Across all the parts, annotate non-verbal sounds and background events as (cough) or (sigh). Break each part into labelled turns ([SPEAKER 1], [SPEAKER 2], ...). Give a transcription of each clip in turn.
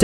[SPEAKER 1] จ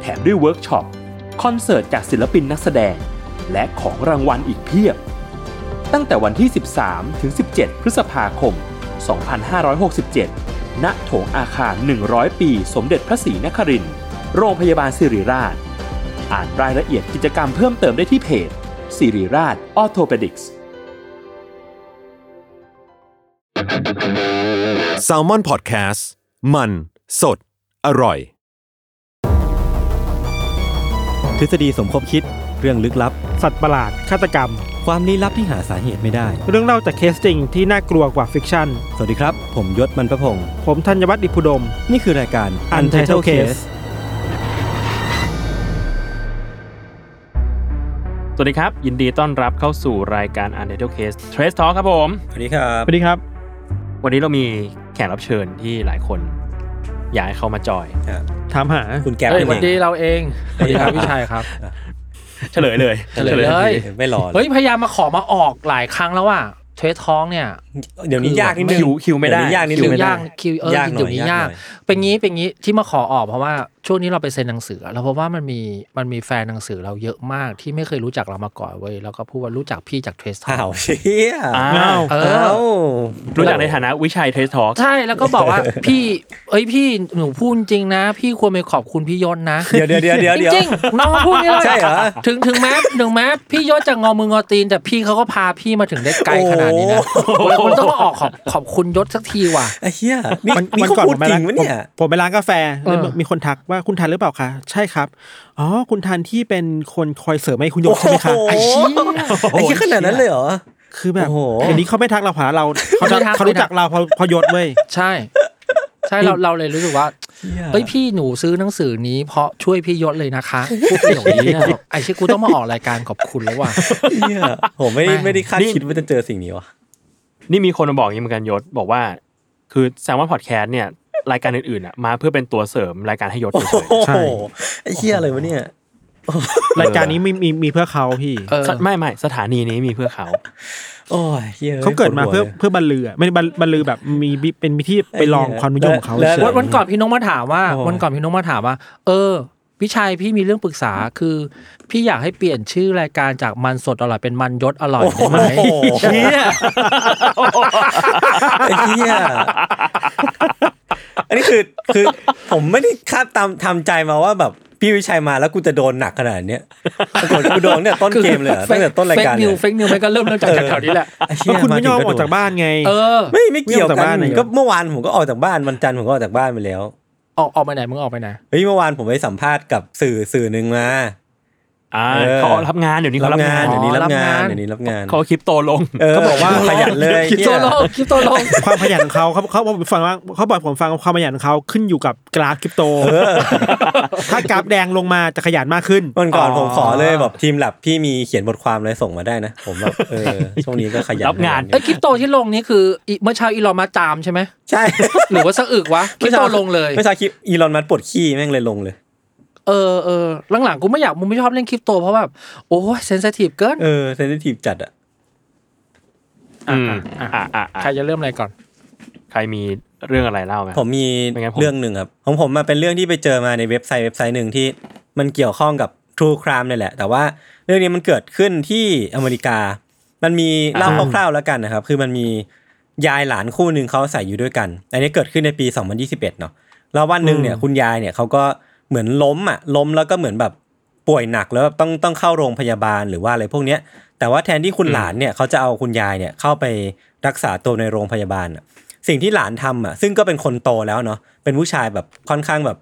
[SPEAKER 1] แถมด้วยเวิร์กช็อป คอนเสิร์ตจากศิลปินนักแสดง และของรางวัลอีกเพียบ ตั้งแต่วันที่ 13 ถึง 17 พฤษภาคม 2567 ณ โถงอาคาร 100 ปี สมเด็จพระศรีนครินทร์ โรงพยาบาลสิริราช อ่านรายละเอียดกิจกรรมเพิ่มเติมได้ที่เพจสิริราชออโทเปดิกส์
[SPEAKER 2] s a l ม o n PODCAST มันสดอร่อย
[SPEAKER 3] ทฤษฎีสมคบคิดเรื่องลึกลับ
[SPEAKER 4] สัตว์ประหลาด ฆาตกรรม
[SPEAKER 3] ความลี้ลับที่หาสาเหตุไม่ได้
[SPEAKER 4] เรื่องเล่าจากเคสจริงที่น่ากลัวกว่าฟิกชั่น
[SPEAKER 3] สวัสดีครับ ผมยศมันประพงศ์
[SPEAKER 4] ผมธัญวัฒน์อิพุดม
[SPEAKER 3] นี่คือรายการ Untitled Case
[SPEAKER 5] สวัสดีครับ ยินดีต้อนรับเข้าสู่รายการ u n t i t l e d Case Trace Talk ครับผม
[SPEAKER 3] สวัสดีครับ
[SPEAKER 4] สวัสดีครับ
[SPEAKER 5] วันนี้เรามีแขกรับเชิญที่หลายคน อยากให้เขามาจอย
[SPEAKER 4] ถามหา
[SPEAKER 3] คุณแก๊ป
[SPEAKER 6] เอ้ย
[SPEAKER 3] เป็น
[SPEAKER 6] วัน
[SPEAKER 3] ไง
[SPEAKER 6] ดีเราเองสวัสดีครับพี่ชัยครับ
[SPEAKER 5] เฉลยเลย
[SPEAKER 6] เฉลยเลย
[SPEAKER 3] ไม่รอ
[SPEAKER 6] เฮ้ยพยายามมาขอมาออกหลายครั้งแล้วว่าเทสท้องเนี่ย
[SPEAKER 3] เดี๋ยวนี้ยากนิดนึง
[SPEAKER 5] คิวคิวไม่ได้
[SPEAKER 3] เดี๋ยวนี้ยากนิด
[SPEAKER 5] คิ
[SPEAKER 3] นึ
[SPEAKER 5] ว
[SPEAKER 3] ง
[SPEAKER 5] ไม่ได้
[SPEAKER 6] ยากคิวเออย
[SPEAKER 3] าก
[SPEAKER 6] จริง
[SPEAKER 3] หน่อย
[SPEAKER 6] เดี๋ยวนี้
[SPEAKER 3] ยาก
[SPEAKER 6] ยาก
[SPEAKER 3] หน่อย
[SPEAKER 6] เป็นงี้เป็นงี้ที่มาขอออกเพราะว่าช่วงนี้เราไปเซ็นหนังสือ แล้วเพราะว่ามันมีมันมีแฟนหนังสือเราเยอะมากที่ไม่เคยรู้จักเรามาก่อนเว้ยแล้วก็พูดว่ารู้จักพี่จากเทสท้อ
[SPEAKER 3] อ้าว
[SPEAKER 6] ง
[SPEAKER 3] เชี่ย
[SPEAKER 5] อ้าว
[SPEAKER 6] เออ
[SPEAKER 3] อ้าว
[SPEAKER 5] รู้จักในฐานะวิชัย Trace Talk
[SPEAKER 6] ใช่แล้วก็บอกว่า พี่ เอ้ยพี่หนูพูดจริงนะ พี่ควรไปขอบคุณพี่ยศนะ
[SPEAKER 3] เดี๋ยวเดี๋ยวเดี๋ยวเดี๋ยว
[SPEAKER 6] จ
[SPEAKER 3] เดี๋ยว
[SPEAKER 6] ริงๆน้องเขาพูดนี่เลย
[SPEAKER 3] ใช่เหรอ
[SPEAKER 6] ถึงถึงแม้ถึงแม้พี่ยศจะงอมืองอตีน แต่พี่เขาก็พาพี่มาถึงได้ไกลขนาดนี้นะเราควรต้องมาออกขอบขอบคุณยศสักทีว่ะ
[SPEAKER 3] ไอ้เหี้ยนี่นี่
[SPEAKER 4] วั
[SPEAKER 3] เขา
[SPEAKER 4] ก่อ
[SPEAKER 3] พูด
[SPEAKER 4] ผมไป
[SPEAKER 3] จริ
[SPEAKER 4] ร้าง น
[SPEAKER 3] วะเนี่ย
[SPEAKER 4] ผมผมไปร้านกาแฟ
[SPEAKER 6] เออ
[SPEAKER 4] แล้วมีคนทักว่าคุณทันหรือเปล่าคะ ใช่ครับ อ๋อ คุณทันที่เป็นคนคอยเสริมให้คุณโยกใช่ไหมคะ
[SPEAKER 3] โอ้โห
[SPEAKER 6] ไอ้เชี้
[SPEAKER 3] ไอ้เหี้ยขนาดนั้นเลยเหรอ
[SPEAKER 4] คือแบบ
[SPEAKER 3] โอ้โห
[SPEAKER 4] เดี๋ยวนี้เขาไม่ทักเราผ่านเราเขาจะ
[SPEAKER 6] ไม่ทัก
[SPEAKER 4] เขารู้จักเราเพอพอยศเว้ย
[SPEAKER 6] ใช่ ใช่เราเราเลยรู้สึกว่าเฮ้ยพี่หนูซื้อหนังสือนี้เพราะช่วยพี่ยศเลย
[SPEAKER 3] (laughs)
[SPEAKER 6] นะคะพูดประโยคนี้อะไอ้เชี้กูต้องมาออกรายการขอบคุณแล้วว่ะ
[SPEAKER 3] เหี้ยผมไม่ได้
[SPEAKER 6] ไม่
[SPEAKER 3] ไม่ได้คาด
[SPEAKER 5] นี่
[SPEAKER 3] คิดว่าจะเจอสิ่งนี้วะ
[SPEAKER 5] นี่มีคนมาบอกอย่างนี้เหมือนกันยศ บอกว่า คือแซมว่าพอดแคสต์เนี่ย รายการอื่นๆอ่ะมาเพื่อเป็นตัวเสริมรายการให้ยศ
[SPEAKER 3] โอ้
[SPEAKER 5] เฉย
[SPEAKER 3] โห
[SPEAKER 4] ใช่
[SPEAKER 3] ไอ้เหี้ยอะไรวะเนี่ย
[SPEAKER 4] รายการนี้มีมีมีเพื่อเขาพี่
[SPEAKER 6] เออ
[SPEAKER 5] ๆไม่ไม่สถานีนี้มีเพื่อเขา
[SPEAKER 3] โอ้ยเหี้ยอ้ย
[SPEAKER 4] เขาเกิดมา
[SPEAKER 3] ปวหัว
[SPEAKER 4] เพื่อ
[SPEAKER 3] ลย
[SPEAKER 4] เพื่อบรรลือไม่ได้บรรบรรลือแบบมีมีเป็นมีที่ไปลองความนิยมของเขา
[SPEAKER 3] แล้ว
[SPEAKER 4] เฉย
[SPEAKER 6] วันวันก่อนพี่นกมาถามว่า
[SPEAKER 3] โอ้
[SPEAKER 6] วันก่อนพี่นกมาถามว่า เออพี่ชัยพี่มีเรื่องปรึกษาคือ พี่อยากให้เปลี่ยนชื่อรายการจากมันสดอร่อยเป็นมันยศอร่อย
[SPEAKER 3] โอ้โห
[SPEAKER 6] ได้ไหม
[SPEAKER 3] เหี้ยไอ้เหี้ยอันนี้คือคือผมไม่ได้คาดตามทำใจมาว่าแบบพี่วิชัยมาแล้วกูจะโดนหนักขนาดเนี้ยปรากฏกูโดนเนี่ยต้นเกม
[SPEAKER 6] (laughs)
[SPEAKER 3] เลยอะตั้งแต่ต้นรายการ
[SPEAKER 6] เฟกนิ
[SPEAKER 3] เนี่
[SPEAKER 6] วย เฟกนิวมันก็เริ่มเริ่มจากจากแถวนี้แหละ
[SPEAKER 3] ไอ้เหี้
[SPEAKER 4] ก็
[SPEAKER 3] ย
[SPEAKER 4] คุณไม่ยอม
[SPEAKER 3] ถึ
[SPEAKER 4] อง อกจากบ้านไง
[SPEAKER 6] เออ
[SPEAKER 3] ไม่ไม่เกี่ยว
[SPEAKER 4] ไม่ออกจาก
[SPEAKER 3] กั
[SPEAKER 4] บ้าน
[SPEAKER 3] น
[SPEAKER 4] เลยเหรอ
[SPEAKER 3] ก็เมื่อวานผมก็ออกจากบ้านวันจันทร์ผมก็ออกจากบ้านไปแล้ว
[SPEAKER 6] ออกออกไปไหนมึงออกไปไหน
[SPEAKER 3] เฮ้ยเมื่อวานผมไปสัมภาษณ์กับสื่อสื่อหนึ่งมา
[SPEAKER 5] อ่า
[SPEAKER 3] เออ
[SPEAKER 5] เขารับงานเดี๋ยวนี้
[SPEAKER 3] รั
[SPEAKER 5] เขา
[SPEAKER 3] บ
[SPEAKER 5] รั
[SPEAKER 3] งาง
[SPEAKER 5] บานน
[SPEAKER 3] เดี๋ยวนี้รับงานเดี๋ยวนี้รับงาน
[SPEAKER 5] เขาเอาคลิปโตลง
[SPEAKER 3] เขาบอกว่าขยันเลย
[SPEAKER 6] คลิปโตลงคลิปโตลง
[SPEAKER 4] ความขยันของเขาเขาเขาบอกผมฟังว่าเขาบอกผมฟังว่าความขยันของเขาขึ้นอยู่กับกราฟคริปโตถ้ากราฟแดงลงมาจะขยันมากขึ้น
[SPEAKER 3] วันก่อนผมขอเลยแบบทีมแลบพี่มีเขียนบทความอะไรส่งมาได้นะ ผมแบบเออช่วงนี้ก็ขยัน
[SPEAKER 5] รับงาน
[SPEAKER 6] ไอ้ยคริปโตที่ลงนี่คืออีเมื่อเช้าอีลอนมาตามใช่ไหม
[SPEAKER 3] ใช่
[SPEAKER 6] หรือว่าสะอึกวะคริปโตลงเลย
[SPEAKER 3] ไม่ใช่คลิปอีลอนมัสปวดขี้แม่งเลยลงเลย
[SPEAKER 6] เออเออหลังๆกูไม่อยากมึงไม่ชอบเล่นคริปโตเพราะแบบโอ้ยเซนซิทีฟเกิน
[SPEAKER 3] เออเซนซิทีฟจัดอ่ะ
[SPEAKER 5] อืมอ่ะอ่ะอ่ะ
[SPEAKER 6] ใครจะเริ่มอะไรก่อน
[SPEAKER 5] ใครมีเรื่องอะไรเล่าไหม
[SPEAKER 3] ผมมี
[SPEAKER 5] เป็นไงผม
[SPEAKER 3] เรื่องหนึ่งครับของผมมาเป็นเรื่องที่ไปเจอมาในเว็บไซต์เว็บไซต์หนึ่งที่มันเกี่ยวข้องกับ True Crime เนี่ยแหละ แต่ว่าเรื่องนี้มันเกิดขึ้นที่อเมริกา มันมีเล่าคร่าวๆแล้วกันนะครับ คือมันมียายหลานคู่หนึ่งเขาอาศัยอยู่ด้วยกัน อันนี้เกิดขึ้นในปี 2021เนาะ แล้ววันหนึ่งเนี่ยคุณยายเนี่ยเขาก็เหมือนล้มอ่ะล้มแล้วก็เหมือนแบบป่วยหนักแล้วแบบต้องต้องเข้าโรงพยาบาลหรือว่าอะไรพวกเนี้ยแต่ว่าแทนที่คุณหลานเนี่ยเขาจะเอาคุณยายเนี่ยเข้าไปรักษาตัวในโรงพยาบาลอะสิ่งที่หลานทำอ่ะซึ่งก็เป็นคนโตแล้วเนาะเป็นผู้ชายแบบค่อนข้างแบบ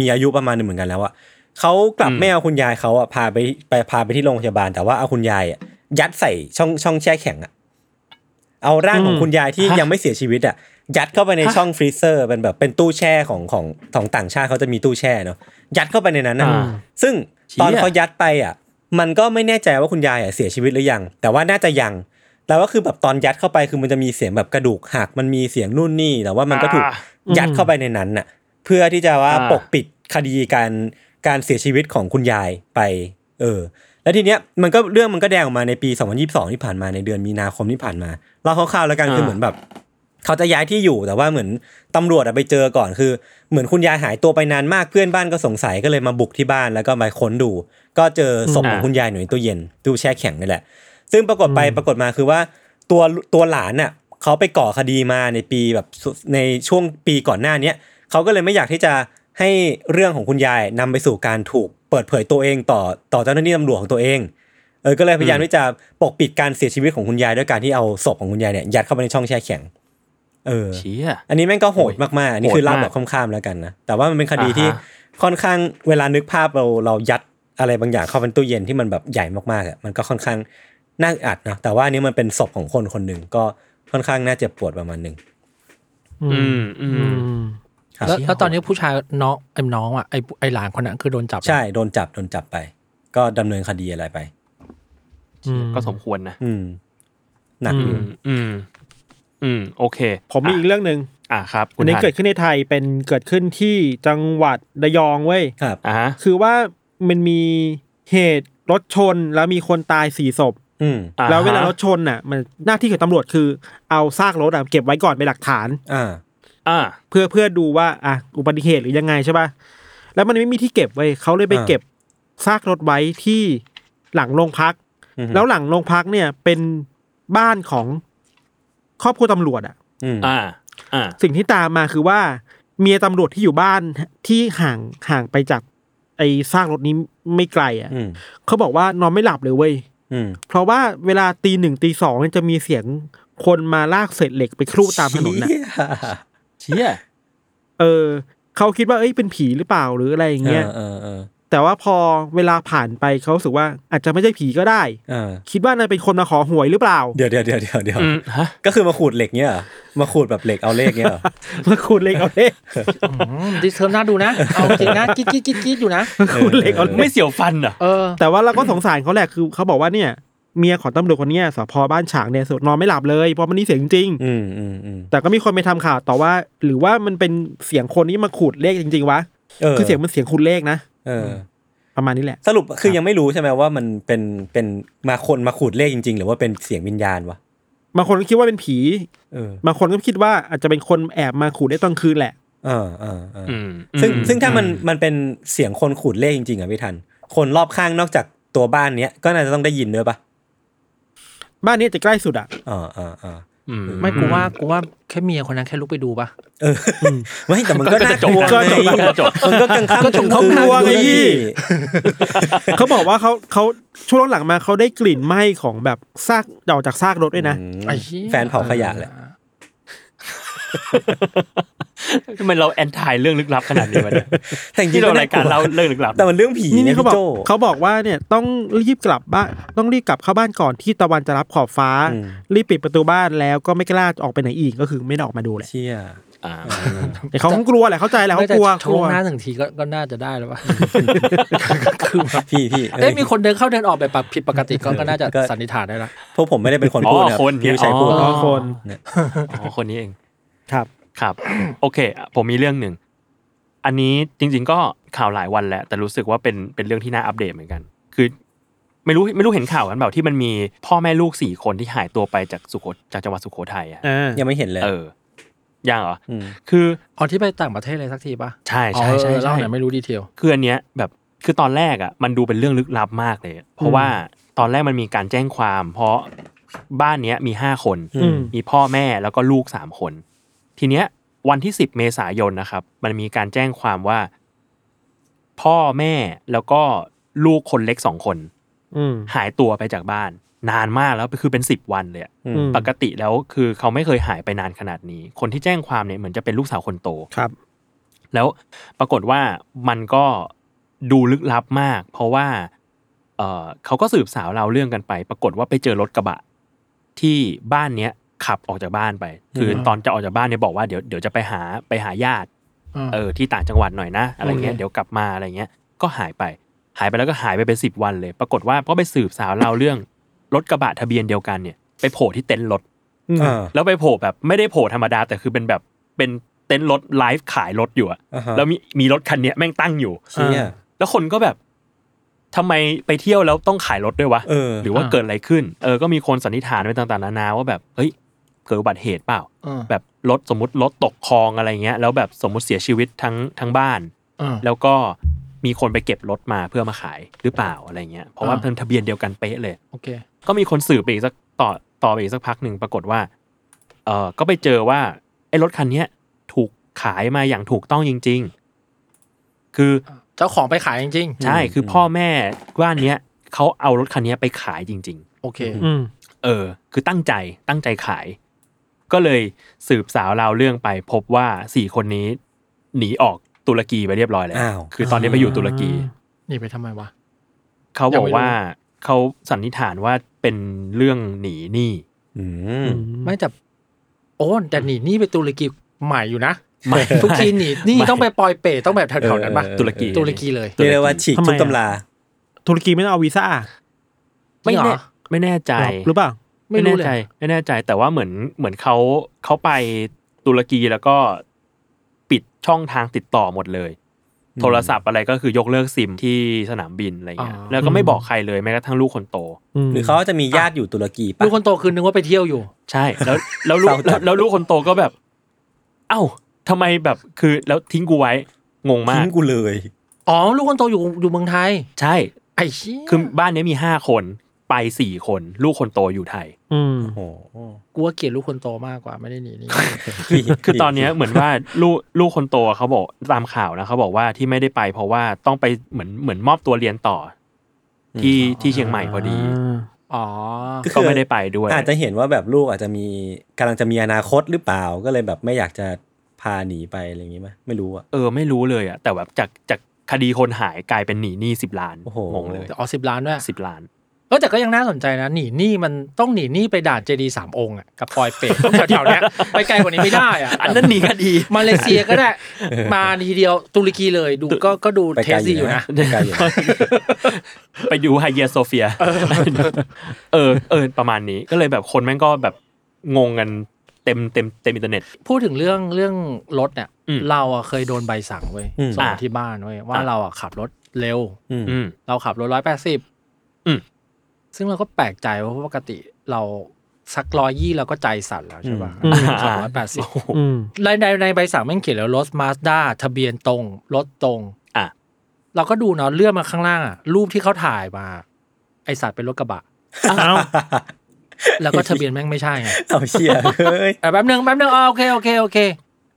[SPEAKER 3] มีอายุประมาณหนึ่งเหมือนกันแล้วอ่ะเขากลับไม่เอาคุณยายเขาอ่ะพาไปไปพาไปที่โรงพยาบาล แต่ว่าเอาคุณยายอ่ะยัดใส่ช่องช่องแช่แข็งอ่ะเอาร่างของคุณยายที่ยังไม่เสียชีวิตอ่ะ ยัดเข้าไปในช่องฟรีเซอร์เป็นแบบเป็นตู้แช่ของของของต่างชาติเขาจะมีตู้แช่เนาะยัดเข้าไปในนั้นนะ
[SPEAKER 5] อ่า
[SPEAKER 3] ซึ่งตอน
[SPEAKER 6] เชี่ย
[SPEAKER 3] เขายัดไปอ่ะ มันก็ไม่แน่ใจว่าคุณยายอ่ะเสียชีวิตหรือยัง แต่ว่าน่าจะยัง แต่ว่าคือแบบตอนยัดเข้าไปคือมันจะมีเสียงแบบกระดูกหักมันมีเสียงนู่นนี่แต่ว่ามันก็ถูก
[SPEAKER 5] อ่า
[SPEAKER 3] ยัดเข้าไปในนั้นน่ะ เพื่อที่จะว่า
[SPEAKER 5] อ่า
[SPEAKER 3] ปกปิดคดีการการเสียชีวิตของคุณยายไป เออ แล้วทีเนี้ยมันก็เรื่องมันก็แดงออกมาในปี 2022 ที่ผ่านมาในเดือนมีนาคมที่ผ่านมาเล่าคร่าวๆแล้วกันคือเหมือนแบบ เขาจะย้ายที่อยู่แต่ว่าเหมือนตำรวจอะไปเจอก่อนคือ เหมือนคุณยายหายตัวไปนานมากเพื่อนบ้านก็สงสัยก็เลยมาบุกที่บ้านแล้วก็มาค้นดู ก็เจอศพของ
[SPEAKER 5] อ่า
[SPEAKER 3] คุณยายหน่ในตู้เย็นตู้แช่แข็งนี่แหละ ซึ่งปรากฏไปปรากฏมาคือว่าตัวตัวหลานน่ะเขาไปก่อคดีมาในปีแบบสุในช่วงปีก่อนหน้าเนี้ยเขาก็เลยไม่อยากที่จะให้เรื่องของคุณยายนำไปสู่การถูกเปิดเผยตัวเองต่อต่อเจ้าหน้าที่ตำรวจของตัวเองเออก็เลยพยายามที่จะปกปิดการเสียชีวิตของคุณยายด้วยการที่เอาศพของคุณยายเนี่ยยัดเข้าไปในช่องแช่แข็ง เออ
[SPEAKER 5] เชี่ย
[SPEAKER 3] อันนี้แม่งก็โหดมากๆ อันนี้คื
[SPEAKER 5] โห
[SPEAKER 3] อเล่าม
[SPEAKER 5] ดาก
[SPEAKER 3] แบบข้ามๆแล้วกันนะ แต่ว่ามันเป็นคดี
[SPEAKER 5] อ่าฮะ
[SPEAKER 3] ที่ค่อนข้างเวลานึกภาพเราเรายัดอะไรบางอย่างเข้าเป็นตู้เย็นที่มันแบบใหญ่มากๆอ่ะ มันก็ค่อนข้างน่าอึดอัดนะ แต่ว่าอันนี้มันเป็นศพของคนคนหนึ่งก็ค่อนข้างน่าเจ็บปวดประมาณหนึ่ง
[SPEAKER 5] อืมอื
[SPEAKER 4] อื
[SPEAKER 5] ม
[SPEAKER 4] ม
[SPEAKER 3] ครับ
[SPEAKER 6] แล้วแล้วตอนนี้ผู้ชายน้องไอ้น้องอ่ะไอ้ไอ้หลานคนนั้นคือโดนจับ
[SPEAKER 3] ใช่ โดนจับโดนจับไป ก็ดำเนินคดีอะไรไป
[SPEAKER 5] ก็สมควรนะ
[SPEAKER 3] อืม หนักอ
[SPEAKER 5] อื
[SPEAKER 3] ยู่
[SPEAKER 5] มอืมอืมโอเค
[SPEAKER 4] ผมมีอีกเรื่องหนึ่ง
[SPEAKER 5] อ่ะครับคุ
[SPEAKER 4] อั
[SPEAKER 5] ณ
[SPEAKER 4] นนี้
[SPEAKER 5] ทัน
[SPEAKER 4] เกิดขึ้นในไทยเป็นเกิดขึ้นที่จังหวัดระยองเว้ย
[SPEAKER 3] ครับ
[SPEAKER 5] อ่ะฮะ
[SPEAKER 4] คือว่ามันมีเหตุรถชนแล้วมีคนตายสี่ศพ
[SPEAKER 3] อืม
[SPEAKER 5] อ่ะฮะ
[SPEAKER 4] แล้วเวลารถชนน่ะ มันหน้าที่ของตำรวจคือเอาซากรถอ่ะเก็บไว้ก่อนเป็นหลักฐาน
[SPEAKER 3] อ่า
[SPEAKER 5] อ่ะ
[SPEAKER 4] เพื่อเพื่อดูว่าอ่ะอุบัติเหตุหรือยังไงใช่ป่ะแล้วมันไม่มีที่เก็บไว้ยเขาเลยไป
[SPEAKER 3] อ่า
[SPEAKER 4] เก็บซากรถไว้ที่หลังโรงพัก
[SPEAKER 3] อืม
[SPEAKER 4] แล้วหลังโรงพักเนี่ยเป็นบ้านของครอบครัวตำรวจอ่ะ
[SPEAKER 3] อืม
[SPEAKER 5] อ่า อ่า
[SPEAKER 4] สิ่งที่ตามมาคือว่าเมียตำรวจที่อยู่บ้านที่ห่างห่างไปจากไอ้ซากรถนี้ไม่ไกลอ่ะ
[SPEAKER 3] อืม
[SPEAKER 4] เขาบอกว่านอนไม่หลับเลยเว้ย
[SPEAKER 3] อืม
[SPEAKER 4] เพราะว่าเวลาตีหนึ่งตีสองเนี่ยจะมีเสียงคนมาลากเศษเหล็กไปครู่ตามถนนน่ะ
[SPEAKER 5] เชี่ย
[SPEAKER 4] เออเขาคิดว่าเอ้ยเป็นผีหรือเปล่าหรืออะไรอย่างเงี้ย
[SPEAKER 3] เออเออ
[SPEAKER 4] แต่ว่าพอเวลาผ่านไปเขารู้สึกว่าอาจจะไม่ใช่ผีก็ได้
[SPEAKER 3] เออ
[SPEAKER 4] คิดว่าน่าเป็นคนมาขอหวยหรือเปล่า (laughs)
[SPEAKER 3] เดี๋ยวเดี๋ยวเดี๋ยวเดี๋ยวเดี๋ยว
[SPEAKER 5] อืมฮะ
[SPEAKER 3] ก็คือมาขูดเหล็กเนี่ยเหรอมาขูดแบบเหล็กเอาเลขเนี่ยเหรอ
[SPEAKER 4] มาคูณเลขเอาเลข
[SPEAKER 6] ดิเทอมน่าดูนะ เอาจริงนะกิ๊ดกิ๊ดกิ๊ดกิ๊ดอยู่นะ
[SPEAKER 4] มาคูณเลขเอาเลข
[SPEAKER 5] ไม่เสียวฟันเหรอ
[SPEAKER 6] เออ
[SPEAKER 4] แต่ว่าเราก็สงสารเขาแหละคือเขาบอกว่าเนี่ยเมียของตำรวจคนเนี้ยสพบ้านฉางเนี่ยสดนอนไม่หลับเลยเพราะมันนี่เสียงจริง
[SPEAKER 3] อืมอืมอืม
[SPEAKER 4] แต่ก็มีคนไปทำข่าวต่อว่า หรือว่ามันเป็นเสียงคนที่มาขูดเลขจริง ๆวะคือเสียงมันเสียงคูณเลขนะ
[SPEAKER 3] เออ
[SPEAKER 4] ประมาณนี้แหละ
[SPEAKER 3] สรุปคือยังไม่รู้ใช่ไหมว่ามันเป็นเป็นมาคนมาขูดเลขจริง ๆ หรือว่าเป็นเสียงวิญญาณวะ
[SPEAKER 4] บางคนก็คิดว่าเป็นผี
[SPEAKER 3] เออบ
[SPEAKER 4] างคนก็คิดว่าอาจจะเป็นคนแอบมาขู่ได้ตอนคืนแหละ
[SPEAKER 3] เออเออเอออ
[SPEAKER 5] อืม
[SPEAKER 3] ซึ่ง
[SPEAKER 5] อื
[SPEAKER 3] ซึ่งถ้ามันมันเป็นเสียงคนขูดเลขจริงๆอ่ะพี่ทัน คนรอบข้างนอกจากตัวบ้านเนี้ยก็น่าจะต้องได้ยินด้วยปะ
[SPEAKER 4] บ้านนี้จะใกล้สุดอ่ะ (laughs)
[SPEAKER 3] อ่าอ่าอ่า
[SPEAKER 5] อืม
[SPEAKER 6] ไม่กูว่ากูว่าแค่เมียคนนั้นแค่ลุกไปดูปะ
[SPEAKER 3] เอออไม่แต่มันก็น่ากลัว
[SPEAKER 5] ก็จบ
[SPEAKER 3] ไง
[SPEAKER 5] ก็จบ
[SPEAKER 3] มันก็กลางค่ำ
[SPEAKER 4] ก็จบ
[SPEAKER 3] ลางคืน
[SPEAKER 4] ก็กลัวไงพี่
[SPEAKER 3] ด้วย
[SPEAKER 4] เขาบอกว่าเขาเขาช่วงหลังมาเขาได้กลิ่นไหม้ของแบบซากเดาจากซากรถด้วยนะ
[SPEAKER 3] อืม
[SPEAKER 6] ไอ้เหี้ย
[SPEAKER 3] แฟนเผาขยะแหละ
[SPEAKER 5] ทำไมเราแอนทายเรื่องลึกลับขนาดนี้วะเนี่ย
[SPEAKER 3] แต่จริ
[SPEAKER 5] ที่
[SPEAKER 3] งๆ
[SPEAKER 5] เรา
[SPEAKER 3] ก็น่
[SPEAKER 5] รายการเราเรื่องลึกลับ
[SPEAKER 3] แต่มันเรื่องผี
[SPEAKER 4] นี่
[SPEAKER 3] เนี่
[SPEAKER 4] นี่
[SPEAKER 3] ย
[SPEAKER 4] เขา
[SPEAKER 3] พี่
[SPEAKER 4] บอก
[SPEAKER 3] โจ
[SPEAKER 4] เขาบอกว่าเนี่ยต้องรีบกลับบ้านต้องรีบกลับเข้าบ้านก่อนที่ตะวันจะรับขอบฟ้า
[SPEAKER 3] อืม
[SPEAKER 4] รีบปิดประตูบ้านแล้วก็ไม่กล้าออกไปไหนอีกก็คือไม่ได้ออกมาดูแหละ
[SPEAKER 3] เชี่ย
[SPEAKER 5] อ่า
[SPEAKER 4] แต่เขาคงกลัวแหละเข้าใจแหละเขา
[SPEAKER 6] ไม่แต่
[SPEAKER 4] กลัว
[SPEAKER 6] โช
[SPEAKER 4] กลั
[SPEAKER 6] ก
[SPEAKER 4] ว
[SPEAKER 6] หน้าหนึ่งทีก็ก็น่าจะได้แล้วปะ คือแบบ
[SPEAKER 3] พี่พี่อ้
[SPEAKER 6] เอ้
[SPEAKER 3] ย
[SPEAKER 6] ยมีคนเดินเข้าเดินออกแบบปกผิดปกติก็ก็น่าจะ
[SPEAKER 3] ก็
[SPEAKER 6] สันนิษฐานได้ละ
[SPEAKER 3] พวกผมไม่ได้เป็นคนพูดนะ
[SPEAKER 5] อ๋อคน
[SPEAKER 3] พี่วิชัย
[SPEAKER 5] อ๋อ
[SPEAKER 3] พูด
[SPEAKER 4] อ๋อคน
[SPEAKER 5] อ๋อคนนี้เอง
[SPEAKER 4] ครับ
[SPEAKER 5] ครับ โอเค ผมมีเรื่องหนึ่ง อันนี้จริง ๆ ก็ข่าวหลายวันแหละ แต่รู้สึกว่าเป็นเป็นเรื่องที่น่าอัปเดตเหมือนกัน คือไม่รู้ไม่รู้เห็นข่าวกันเปล่าที่มันมีพ่อแม่ลูกสี่คนที่หายตัวไปจากสุโขจากจังหวัดสุโขทัยอ่ะ
[SPEAKER 4] อ่า
[SPEAKER 3] ยังไม่เห็นเลย
[SPEAKER 5] เออยังเหรอ
[SPEAKER 3] อืม
[SPEAKER 5] คือ
[SPEAKER 6] อ๋อที่ไปต่างประเทศเลยสักทีปะ
[SPEAKER 5] ใช่ใช่ใช่
[SPEAKER 6] อ๋อเออ
[SPEAKER 5] ใช่
[SPEAKER 6] เล่าหน่อยไม่รู้ดีเทล
[SPEAKER 5] คืออันเนี้ยแบบคือตอนแรกอ่ะมันดูเป็นเรื่องลึกลับมากเลยอะเพราะว่าตอนแรกมันมีการแจ้งความ เพราะบ้านเนี้ยมีห้าคน
[SPEAKER 4] อืม
[SPEAKER 5] มีพ่อแม่แล้วก็ลูกสามคน ทีเนี้ยวันที่สิบเมษายนนะครับ มันมีการแจ้งความว่า พ่อแม่แล้วก็ลูกคนเล็กสองคน
[SPEAKER 4] อืม
[SPEAKER 5] หายตัวไปจากบ้าน นานมากแล้วคือเป็นสิบวันเลยอะ
[SPEAKER 3] อืม
[SPEAKER 4] อืม
[SPEAKER 5] ปกติแล้วคือเขาไม่เคยหายไปนานขนาดนี้ คนที่แจ้งความเนี่ยเหมือนจะเป็นลูกสาวคนโต
[SPEAKER 4] ครับ
[SPEAKER 5] แล้วปรากฏว่ามันก็ดูลึกลับมาก เพราะว่าเออเขาก็สืบสาวเราวเรื่องกันไป ปรากฏว่าไปเจอรถกระบะ ที่บ้านเนี้ย ขับออกจากบ้านไป คือ
[SPEAKER 3] ม
[SPEAKER 5] ตอนจะออกจากบ้านเนี่ยบอกว่าเดี๋ยวเดี๋ยวจะไปหาไปหาญาติ
[SPEAKER 6] า
[SPEAKER 5] เออที่ต่างจังหวัดหน่อยนะอะไรเงี้ย
[SPEAKER 6] โอเค
[SPEAKER 5] เดี๋ยวกลับมาอะไรเงี้ยก็หายไป หายไปแล้วก็หายไปเป็นสิบวันเลย ปรากฏว่าก็ไปสืบสาวเราวเรื่องรถกระบะทะเบียนเดียวกันเนี่ยไปโผล่ที่เต็นท์รถ
[SPEAKER 3] อ่า
[SPEAKER 5] แล้วไปโผล่แบบไม่ได้โผล่ธรรมดาแต่คือเป็นแบบเป็นเต็นท์รถไลฟ์ขายรถอยู่อะ
[SPEAKER 3] อ่าฮะ
[SPEAKER 5] แล้วมีมีรถคันเนี้ยแม่งตั้งอยู่
[SPEAKER 3] เชี่ย
[SPEAKER 5] แล้วคนก็แบบทำไมไปเที่ยวแล้วต้องขายรถด้วยวะ
[SPEAKER 3] เออ
[SPEAKER 5] หรือว่า
[SPEAKER 6] อ่า
[SPEAKER 5] เกิดอะไรขึ้นเออก็มีคนสันนิษฐานไปต่างๆนานาว่าแบบเฮ้ยเกิดอุบัติเหตุเปล่า
[SPEAKER 6] อ่า
[SPEAKER 5] แบบรถสมมติรถตกคลองอะไรเงี้ยแล้วแบบสมมติเสียชีวิตทั้งทั้งบ้าน
[SPEAKER 6] อ่า
[SPEAKER 5] แล้วก็มีคนไปเก็บรถมาเพื่อมาขายหรือเปล่าอะไรเงี้ยเพราะว่า
[SPEAKER 6] อ่า
[SPEAKER 5] เป็นทะเบียนเดียวกันเป๊ะเลย
[SPEAKER 6] โอเค
[SPEAKER 5] ก็มีคนสืบไปอีกสักต่อต่อไปอีกสักพักหนึ่งปรากฏว่าเออก็ไปเจอว่าไอ้รถคันเนี้ยถูกขายมาอย่างถูกต้องจริง ๆ คือ
[SPEAKER 6] เจ้าของไปขายจริง
[SPEAKER 5] ใช่ คือพ่อแม่บ้านเนี้ยเขาเอารถคันเนี้ยไปขายจริง
[SPEAKER 6] ๆ โอเค
[SPEAKER 4] อืม
[SPEAKER 5] ๆ เออ คือตั้งใจ ตั้งใจขาย ก็เลยสืบสาวราวเรื่องไป พบว่าสี่คนนี้ หนีออกตุรกีไปเรียบร้อยแล้ว
[SPEAKER 3] อ้าว
[SPEAKER 5] คือตอนนี้ไปอยู่ตุรกี
[SPEAKER 6] นี่ไปทำไมวะ
[SPEAKER 5] เขาบอกว่า
[SPEAKER 6] ยังไม่รู้
[SPEAKER 5] เขาสันนิษฐานว่าเป็นเรื่องหนีหนี้
[SPEAKER 3] อืม
[SPEAKER 6] ไม่แต่โอ้แต่หนีหนี่ไปตุรกีใหม่อยู่นะ
[SPEAKER 5] ไม่
[SPEAKER 6] ทุกทีหนีหนี่
[SPEAKER 5] ไม่
[SPEAKER 6] ต้องไปปลอยเปตต้องแบบแถวๆนั้นปะ
[SPEAKER 3] เออ
[SPEAKER 5] ตุรกี
[SPEAKER 6] ตุรกีเลย
[SPEAKER 3] เรียกได้ว่าฉีก
[SPEAKER 4] ทำไม
[SPEAKER 3] ทุก
[SPEAKER 4] อะ
[SPEAKER 3] ตำรา
[SPEAKER 4] ตุรกีไม่ต้องเอาวีซ่า
[SPEAKER 5] ไม่
[SPEAKER 6] จริงเหร
[SPEAKER 5] แน่
[SPEAKER 6] อ
[SPEAKER 5] ไม่แน่ใจ
[SPEAKER 4] หรือเปล่า
[SPEAKER 6] ไม่รู้
[SPEAKER 5] แน่
[SPEAKER 6] เลย
[SPEAKER 5] ใจไม่แน่ใจแต่ว่าเหมือนเหมือนเขาเขาไปตุรกีแล้วก็ปิดช่องทางติดต่อหมดเลย
[SPEAKER 3] อืม
[SPEAKER 5] โทรศัพท์อะไรก็คือยกเลิกซิมที่สนามบินอะไรเงี้ย
[SPEAKER 6] อ๋อ
[SPEAKER 5] แล้วก็ไม่บอกใครเลยแม้กระทั่งลูกคนโต
[SPEAKER 4] ม
[SPEAKER 3] หรือเขาจะมีญาติอยู่ตุรกีปะ
[SPEAKER 6] ลูกคนโตคืนนึงว่าไปเที่ยวอยู่
[SPEAKER 5] ใช่ แล้วแล้วลูก
[SPEAKER 3] เศร้าจั
[SPEAKER 5] แล้ว
[SPEAKER 3] ง
[SPEAKER 5] แล้วลูกคนโตก็แบบ เอ้าทำไมแบบคือแล้วทิ้งกูไว้งงมา
[SPEAKER 3] ทิ้
[SPEAKER 5] ก
[SPEAKER 3] งกูเลย
[SPEAKER 6] อ๋อ ลูกคนโตอยู่อยู่เมืองไทย
[SPEAKER 5] ใช่
[SPEAKER 6] ไอ้เชี่ย
[SPEAKER 5] คือบ้านเนี้ยมีห้าคนไปสี่คน ลูกคนโตอยู่ไทย
[SPEAKER 4] อืม
[SPEAKER 3] โอ้โห
[SPEAKER 6] กูว่าเกลียดลูกคนโตมากกว่าไม่ได้หนีหนี่
[SPEAKER 5] คือตอนเนี้ยเหมือนว่าลูกลูกคนโตอะเขาบอกตามข่าวนะเขาบอกว่าที่ไม่ได้ไป เพราะว่าต้องไปเหมือนเหมือนมอบตัวเรียนต่อ ที่ที่เชียงใหม่พอดี
[SPEAKER 6] อ๋อ
[SPEAKER 5] ก็ไม่ได้ไปด้วย
[SPEAKER 3] อาจจะเห็นว่าแบบลูกอาจจะมีกำลังจะมีอนาคตหรือเปล่าก็เลยแบบไม่อยากจะพาหนีไปอะไรอย่างงี้ไหมไม่รู้อ่ะ
[SPEAKER 5] เออไม่รู้เลยอ่ะแต่แบบจากจากคดีคนหายกลายเป็นหนีหนี้สิบล้าน
[SPEAKER 3] โอ้โห
[SPEAKER 5] งงเลย
[SPEAKER 6] แต่ออสิบล้านด้วย
[SPEAKER 5] สิบล้าน
[SPEAKER 6] เออแต่ก็ยังน่าสนใจนะ หนีหนี่มันต้องหนีหนี่ไปด่านเจดีสามองค์อะกับปลอยเปตแถวๆเนี้ยไปไกลกว่านี้ไม่ได้อะ
[SPEAKER 5] อันนั้นหนีคดี
[SPEAKER 6] มาเลเซียก็ได้ มาทีเดียวตุรกีเลยดูก็ก็ดู
[SPEAKER 3] ไป
[SPEAKER 6] เท
[SPEAKER 3] ไกล
[SPEAKER 6] สดีอยู่นะ
[SPEAKER 3] ไปไกลอยู่นะ
[SPEAKER 5] ไปดูไฮเยโซเฟีย เออเออประมาณนี้ก็เลยแบบคนแม่งก็แบบงงกันเต็มเต็มเต็มอินเทอร์เน็ต
[SPEAKER 6] พูดถึงเรื่องเรื่องรถเนี่ย
[SPEAKER 5] อืม
[SPEAKER 6] เราอะเคยโดนใบสั่งเว้ย
[SPEAKER 3] อืม
[SPEAKER 6] ส่ง
[SPEAKER 5] อ่ะ
[SPEAKER 6] ที่บ้านเว้ยว่า
[SPEAKER 5] อ่ะ
[SPEAKER 6] เราอะขับรถเร็ว
[SPEAKER 3] อืม
[SPEAKER 5] อืม
[SPEAKER 6] เราขับรถร้อยแปดสิบ
[SPEAKER 5] อืม
[SPEAKER 6] ซึ่งเราก็แปลกใจว่าเพราะปกติเราสักร้อยยี่เราก็ใจสั่นแล้วใช่ป่ะ
[SPEAKER 4] อืม
[SPEAKER 6] ขับร้อยแปดสิบ
[SPEAKER 4] อืม
[SPEAKER 6] ในในในใบสั่งแม่งเขียนแล้วรถมาสด้าทะเบียนตรง รถตรง
[SPEAKER 5] อ่ะ
[SPEAKER 6] เราก็ดูเนาะเลื่อนมาข้างล่างอะรูปที่เขาถ่ายมา ไอสัตว์เป็นรถกระบะ
[SPEAKER 4] เอ้า
[SPEAKER 6] แล้วก็ทะเบียนแม่งไม่ใช่
[SPEAKER 5] (laughs)
[SPEAKER 6] ไง
[SPEAKER 3] เอาเชียเฮ้ย
[SPEAKER 6] อ่ะแป๊บนึงแป๊บนึงอ๋อโอเคโอเคโอเค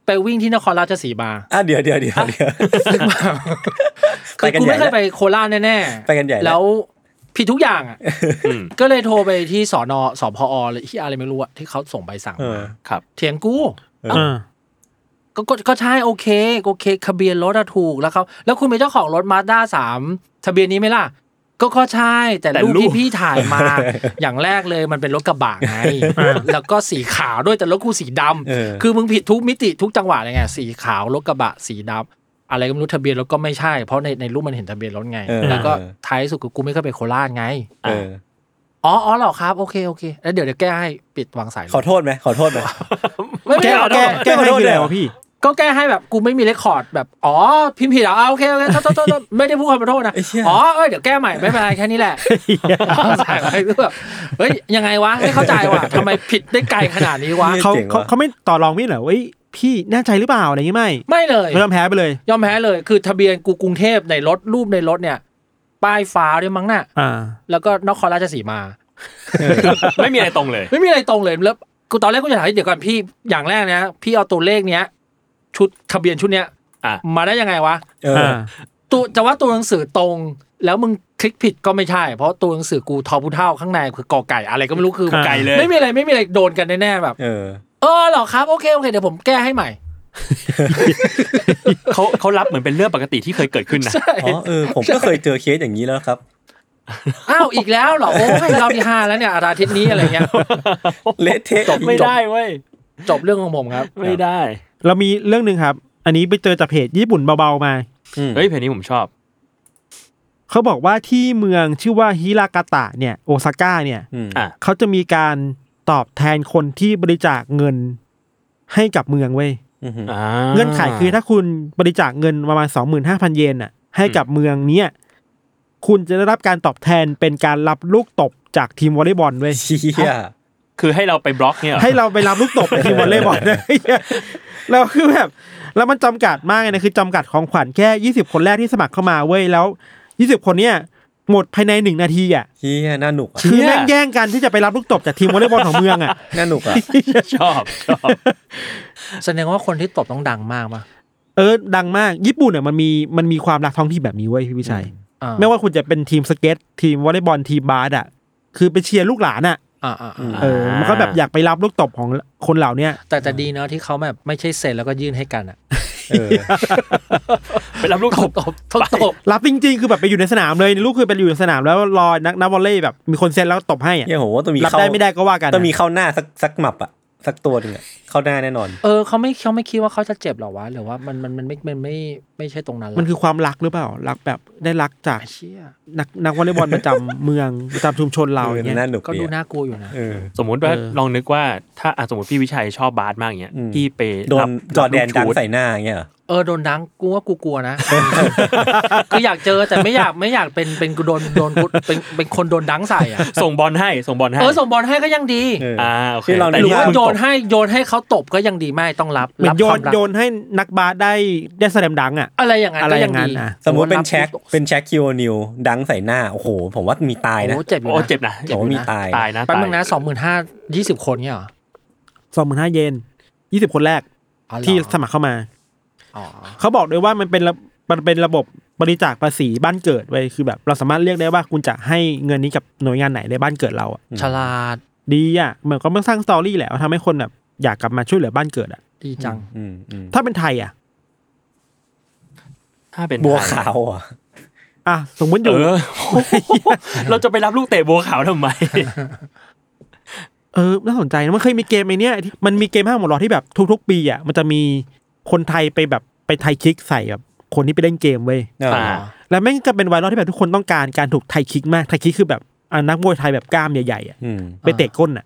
[SPEAKER 6] ไปวิ่งที่นครราชสีมา
[SPEAKER 3] อ่ะเดี๋ยวเดี๋ยวเดี๋ยวเดี๋ยว (laughs)
[SPEAKER 6] คื
[SPEAKER 3] ไป
[SPEAKER 6] อ
[SPEAKER 3] กัน
[SPEAKER 6] กู
[SPEAKER 3] ใหญ่
[SPEAKER 6] ไม่เคยไปโคราชแน่ๆ
[SPEAKER 3] ไปกันใหญ่แล้ว
[SPEAKER 6] แล้วผิดทุกอย่างอ่ะ
[SPEAKER 5] อืม
[SPEAKER 6] ก็เลยโทรไปที่สอนอสพอหรือที่อะไรไม่รู้อะที่เขาส่งใบสั่ง
[SPEAKER 3] เอ
[SPEAKER 6] มา
[SPEAKER 3] อ
[SPEAKER 5] ครับ
[SPEAKER 6] เถียงกู
[SPEAKER 3] เอ้า
[SPEAKER 4] อ่า
[SPEAKER 6] ก็ก็ก็ใช่โอเคโอเคทะเบียนรถอะถูกแล้วเขาแล้วคุณเป็นเจ้าของรถมาด้าสามทะเบียนนี้ไหมล่ะ ก็ก็ใช่แต่
[SPEAKER 5] แต่
[SPEAKER 6] รูป
[SPEAKER 5] รูป
[SPEAKER 6] ที่พี่ถ่ายมา อย่างแรกเลยมันเป็นรถกระบะไงแล้วก็สีขาวด้วยแต่รถกูสีดำ
[SPEAKER 3] เออ
[SPEAKER 6] คือมึงผิดทุกมิติทุกจังหวะเลยไงสีขาวรถกระบะสีดำอะไรก็ไม่รู้ทะเบียนรถก็ไม่ใช่ เพราะในในรูปมันเห็นทะเบียนรถไง
[SPEAKER 3] เออ
[SPEAKER 6] แล้วก็ท้ายสุดคือกูไม่เคยไปโคราชไง
[SPEAKER 3] เออ
[SPEAKER 6] อ๋ออ๋อเหรอครับ โอเค โอเค แล้วเดี๋ยวเดี๋ยวแก้ให้ปิดวางสายเลย
[SPEAKER 3] ขอโทษไหมขอโทษไหม
[SPEAKER 6] ไม่ไม่
[SPEAKER 4] แก้
[SPEAKER 6] ขอโท
[SPEAKER 4] แก้
[SPEAKER 6] ษ
[SPEAKER 4] แก้ให้คืออะไรวะพี่
[SPEAKER 6] ก็แก้ให้แบบกูไม่มีเรคคอร์ดแบบ อ๋อ พิมพ์ผิดเหรออ่ะโอเคโอเคโทษโทษโทษโทษไม่ได้พูดคำขอโทษนะ
[SPEAKER 3] ไอ้เหี้ย
[SPEAKER 6] อ๋อ เอ้ย เดี๋ยวแก้ใหม่ ไม่เป็นไรแค่นี้แหละวางสายไปก็แบบเฮ้ย ยังไงวะ ไม่เข้าใจว่ะทำไมผิดได้ไกลขนาดนี้วะ
[SPEAKER 3] เออ
[SPEAKER 4] เขา
[SPEAKER 3] เจ๋งว่ะ
[SPEAKER 4] เขาเขาไม่ต่อรองพี่เหรอเอ้ยพี่แน่ใจหรือเปล่าอะไรอย่างงี้ไม่
[SPEAKER 6] ไม่เลย
[SPEAKER 4] ไม่ยอมแพ้ไปเลย
[SPEAKER 6] ยอมแพ้เลย คือทะเบียนกูกรุงเทพในรถรูปในรถเนี่ย ป้ายฟ้าด้วยมั้งน่ะ
[SPEAKER 4] อ่า
[SPEAKER 6] แล้วก็นครราชสีมา
[SPEAKER 5] ไม่มีอะไรตรงเลย
[SPEAKER 6] ไม่มีอะไรตรงเลยแล้วกูตอนแรกกูจะถามเดี๋ยวก่อนพี่อย่างแรกนะพี่เอาตัวเลขเนี้ย ชุดทะเบียนชุดเนี้ย
[SPEAKER 5] อ่ะ
[SPEAKER 6] มาได้ยังไงวะ
[SPEAKER 3] เออ
[SPEAKER 4] อ่า
[SPEAKER 6] ตัวจะว่าตัวหนังสือตรง แล้วมึงคลิกผิดก็ไม่ใช่ เพราะตัวหนังสือกูทอผู้เท่าข้างในคือกอไก่อะไรก็ไม่รู้คือ
[SPEAKER 4] อ่า
[SPEAKER 5] ไกลเลย
[SPEAKER 6] ไม่มีอะไรไม่มีอะไรโดนกันแน่ๆแบบ
[SPEAKER 3] เออ
[SPEAKER 6] เออเหรอครับโอเคโอเคเดี๋ยวผมแก้ให้ใหม่
[SPEAKER 5] เขาเขารับเหมือนเป็นเรื่องปกติที่เคยเกิดขึ้นนะ
[SPEAKER 3] อ๋อเออผมก็เคยเจอเคสอย่างนี้แล้วครับ
[SPEAKER 6] อ้าวอีกแล้วเหรอโอ้ยเราที่ห้าแล้วเนี่ยอาทิตย์นี้อะไรเงี้ย
[SPEAKER 3] เละเทะ
[SPEAKER 6] จบ
[SPEAKER 5] ไม่ได้เว้ย
[SPEAKER 6] จบเรื่องของผมครับ
[SPEAKER 5] ไม่ได้
[SPEAKER 4] เรามีเรื่องหนึ่งครับ อันนี้ไปเจอจากเพจญี่ปุ่นเบาๆมา
[SPEAKER 3] อืม
[SPEAKER 5] เฮ้ยเพลงนี้ผมชอบ
[SPEAKER 4] เขาบอกว่าที่เมืองชื่อว่าฮิรากาตะเนี่ยโอซาก้าเนี่ย
[SPEAKER 3] อืม
[SPEAKER 5] อ่ะ
[SPEAKER 4] เขาจะมีการตอบแทนคนที่บริจาคเงินให้กับเมืองเว้ย
[SPEAKER 3] อืมอืม
[SPEAKER 5] อ่า
[SPEAKER 4] เงื่อนไขคือถ้าคุณบริจาคเงินประมาณสองหมื่นห้าพันเยนน่ะให้กับเมืองเนี้ยคุณจะได้รับการตอบแทนเป็นการรับลูกตบจากทีมวอลเลย์บอลเว้ย
[SPEAKER 3] เชี่ย
[SPEAKER 5] คือให้เราไปบล็อกเนี่ยรอ
[SPEAKER 4] ให้เราไปรับลูกตบจากทีมวอลเลย์บอล (laughs) เลยเราคือแบบแล้วมันจำกัดมากเลยนะคือจำกัดของขวัญแค่ยี่สิบคนแรกที่สมัครเข้ามาเว้ยแล้วยี่สิบคนเนี้ยหมดภายในหนึ่งนาทีอ่ะ
[SPEAKER 3] เชี่ยน่าหนุกอ่ะ
[SPEAKER 4] คือแม่งแย่งกันที่จะไปรับลูกตบจากทีมวอลเลย์บอลของเมืองอ่ะ
[SPEAKER 3] น่าหนุกอ่ะ
[SPEAKER 5] ชอบชอบ
[SPEAKER 6] แสดงว่าคนที่ตบต้องดังมากมา
[SPEAKER 4] เออดังมากญี่ปุ่นเนี่ยมันมีมันมีความรักท้องที่นแบบนี้เว้ยพี่วิชัย
[SPEAKER 6] อ่า
[SPEAKER 4] ไม่ว่าคุณจะเป็นทีมสเก็ตทีมวอลเลย์บอลทีมบาสอ่ะ คือไปเชียร์ลูกหลานอ่ะ
[SPEAKER 6] อ่าอ่าอ่า
[SPEAKER 4] เออมันก็แบบอยากไปรับลูกตบของคนเหล่าเนี้ย
[SPEAKER 6] แต่แต่ดีเนาะที่เขาแบบไม่ใช่เซ็นแล้วก็ยื่นให้กันอะ
[SPEAKER 3] เออ
[SPEAKER 5] ไปรับลูก
[SPEAKER 6] ต
[SPEAKER 5] ต
[SPEAKER 6] บบ ตบตบตบ
[SPEAKER 4] รับจริงๆ คือแบบไปอยู่ในสนามเลยลูกคือไปอยู่ในสนามแล้วรอนักนักวอลเลย์แบบมีคนเซ็นแล้วตบให้อะ
[SPEAKER 3] เชี่ยโหต้องมี
[SPEAKER 4] รับ
[SPEAKER 3] เข้า
[SPEAKER 4] ได้ไม่ได้ก็ว่ากัน
[SPEAKER 3] ต้องมีเข้าหน้าสักสักหมับอ่ะสักตัวหนึงอ่ะเข้าหน้าแน่นอน
[SPEAKER 6] เออเขาไม่เขาไม่คิดว่าเขาจะเจ็บหรอวะหรือว่ามันมันมันไม่มันไม่ไม่ใช่ตรงนั้นหรก
[SPEAKER 4] มันคือความรักหรือเปล่า รักแบบได้รักจาก
[SPEAKER 6] ไอ้เชี่ย
[SPEAKER 4] นักนักวอลเลย์บอลประจำ เมืองประจำชุมชนเราอย่างเงี้ย
[SPEAKER 3] น่าหนุก
[SPEAKER 6] ก็
[SPEAKER 3] ดี
[SPEAKER 6] ดู
[SPEAKER 3] อะ
[SPEAKER 6] น่ากลัวอยู่นะ
[SPEAKER 3] เออ
[SPEAKER 5] สมมุติว่า
[SPEAKER 4] เออ
[SPEAKER 5] ลองนึกว่าถ้าอ่ะสมมติพี่วิชัยชอบบาสมากอย่างเงี้ย
[SPEAKER 3] อืม
[SPEAKER 5] พี่ไป
[SPEAKER 3] โดน
[SPEAKER 5] รับ
[SPEAKER 3] จอร์แดน
[SPEAKER 5] รับลูก
[SPEAKER 3] ดัง
[SPEAKER 5] ชูต
[SPEAKER 3] ใส่หน้าอย่างเงี้ยเหรอ
[SPEAKER 6] เออโดนดังกูว่ากูกลัวนะ คืออยากเจอแต่ไม่อยากไม่อยากเป็นเป็นกูโดนโดนเป็นเป็นคนโดนดังใส่อะ
[SPEAKER 5] ส่งบอลให้ส่งบอลให้
[SPEAKER 6] เออส่งบอลให้ก็ยังดี
[SPEAKER 3] เอออ
[SPEAKER 5] อ่าโอเค
[SPEAKER 3] ที่เรา
[SPEAKER 5] แต่
[SPEAKER 6] หรือ
[SPEAKER 5] นี่
[SPEAKER 6] ว่า
[SPEAKER 5] มึง
[SPEAKER 6] โย
[SPEAKER 5] ตบ
[SPEAKER 6] นให้โยนให้เขาตบก็ยังดีไม่ต้องรับ
[SPEAKER 4] เหมือ
[SPEAKER 6] รั
[SPEAKER 4] น
[SPEAKER 6] บ
[SPEAKER 4] โย
[SPEAKER 6] ควาน มรัก
[SPEAKER 4] โยนให้นักบาสได้ได้แสดงดังอ่ะ
[SPEAKER 6] อะไรอย่างนั้น
[SPEAKER 4] อะไร
[SPEAKER 6] ก็
[SPEAKER 4] อ
[SPEAKER 6] ยั
[SPEAKER 4] ย่าง งนั้น
[SPEAKER 6] ดี
[SPEAKER 4] อ่ะ
[SPEAKER 3] สมมติเป็นแช็ค
[SPEAKER 6] โ
[SPEAKER 3] เป็นแช็คคิวนิวดังใส่หน้า โอ้โห ผมว่ามีตาย
[SPEAKER 6] อ้
[SPEAKER 3] นะ
[SPEAKER 6] โหเจ็บอยู่
[SPEAKER 5] โอ้
[SPEAKER 6] นะ
[SPEAKER 5] เจ็บนะ
[SPEAKER 3] ผมว่ามีตาย
[SPEAKER 5] ตายนะ
[SPEAKER 6] แป๊บ
[SPEAKER 5] ตาย
[SPEAKER 6] นึงนะสองหมื่นห้ายี่สิบคนเนี่ยเหรอ
[SPEAKER 4] สองหมื่นห้าเยนยี่สิบคนแรก
[SPEAKER 6] อ๋อเหรอ
[SPEAKER 4] ที่สมัครเข้ามา
[SPEAKER 6] อ๋อ
[SPEAKER 4] เขาบอกด้วยว่ามันเป็นระมันเป็นระบบบริจาคภาษีบ้านเกิดไว้ยคือแบบ เราสามารถเรียกได้ว่าคุณจะให้เงินนี้กับหน่วยงานไหนในบ้านเกิดเราอะ
[SPEAKER 6] ฉลาด
[SPEAKER 4] ดีอ่ะเหมือนก็มันสร้างสตอรี่แหละว่าทำให้คนแบบอยากกลับมาช่วยเหลือบ้านเกิดอ่ะ
[SPEAKER 6] ดีจัง
[SPEAKER 3] อืมอืม
[SPEAKER 4] ถ้าเป็นไทยอ่ะ
[SPEAKER 5] ถ้าเป็น
[SPEAKER 3] บัว
[SPEAKER 5] ไทย
[SPEAKER 3] ขาวอ่ะ
[SPEAKER 4] อ่ะสมมติอ
[SPEAKER 5] เอยู่ อ เราจะไปรับลูกเตะบัวขาวทำไม
[SPEAKER 4] เออน่าสนใจนะมันเคยมีเกมไอเนี้ยที่มันมีเกมห้างหมดรอที่แบบทุก ๆ ปีอ่ะมันจะมีคนไทยไปแบบไปไทยคิกใส่แบบคนที่ไปเล่นเกมเว้ย
[SPEAKER 3] อ่า
[SPEAKER 5] อ่า
[SPEAKER 4] แล้วแม่งก็เป็นไวรัลที่แบบทุกคนต้องการการถูกไทยคิกมากไทยคิกคือแบบอ่ะนักมวยไทยแบบกล้ามใหญ่ๆอ่ะ
[SPEAKER 3] อืม
[SPEAKER 4] ไปเตะก้นอ่ะ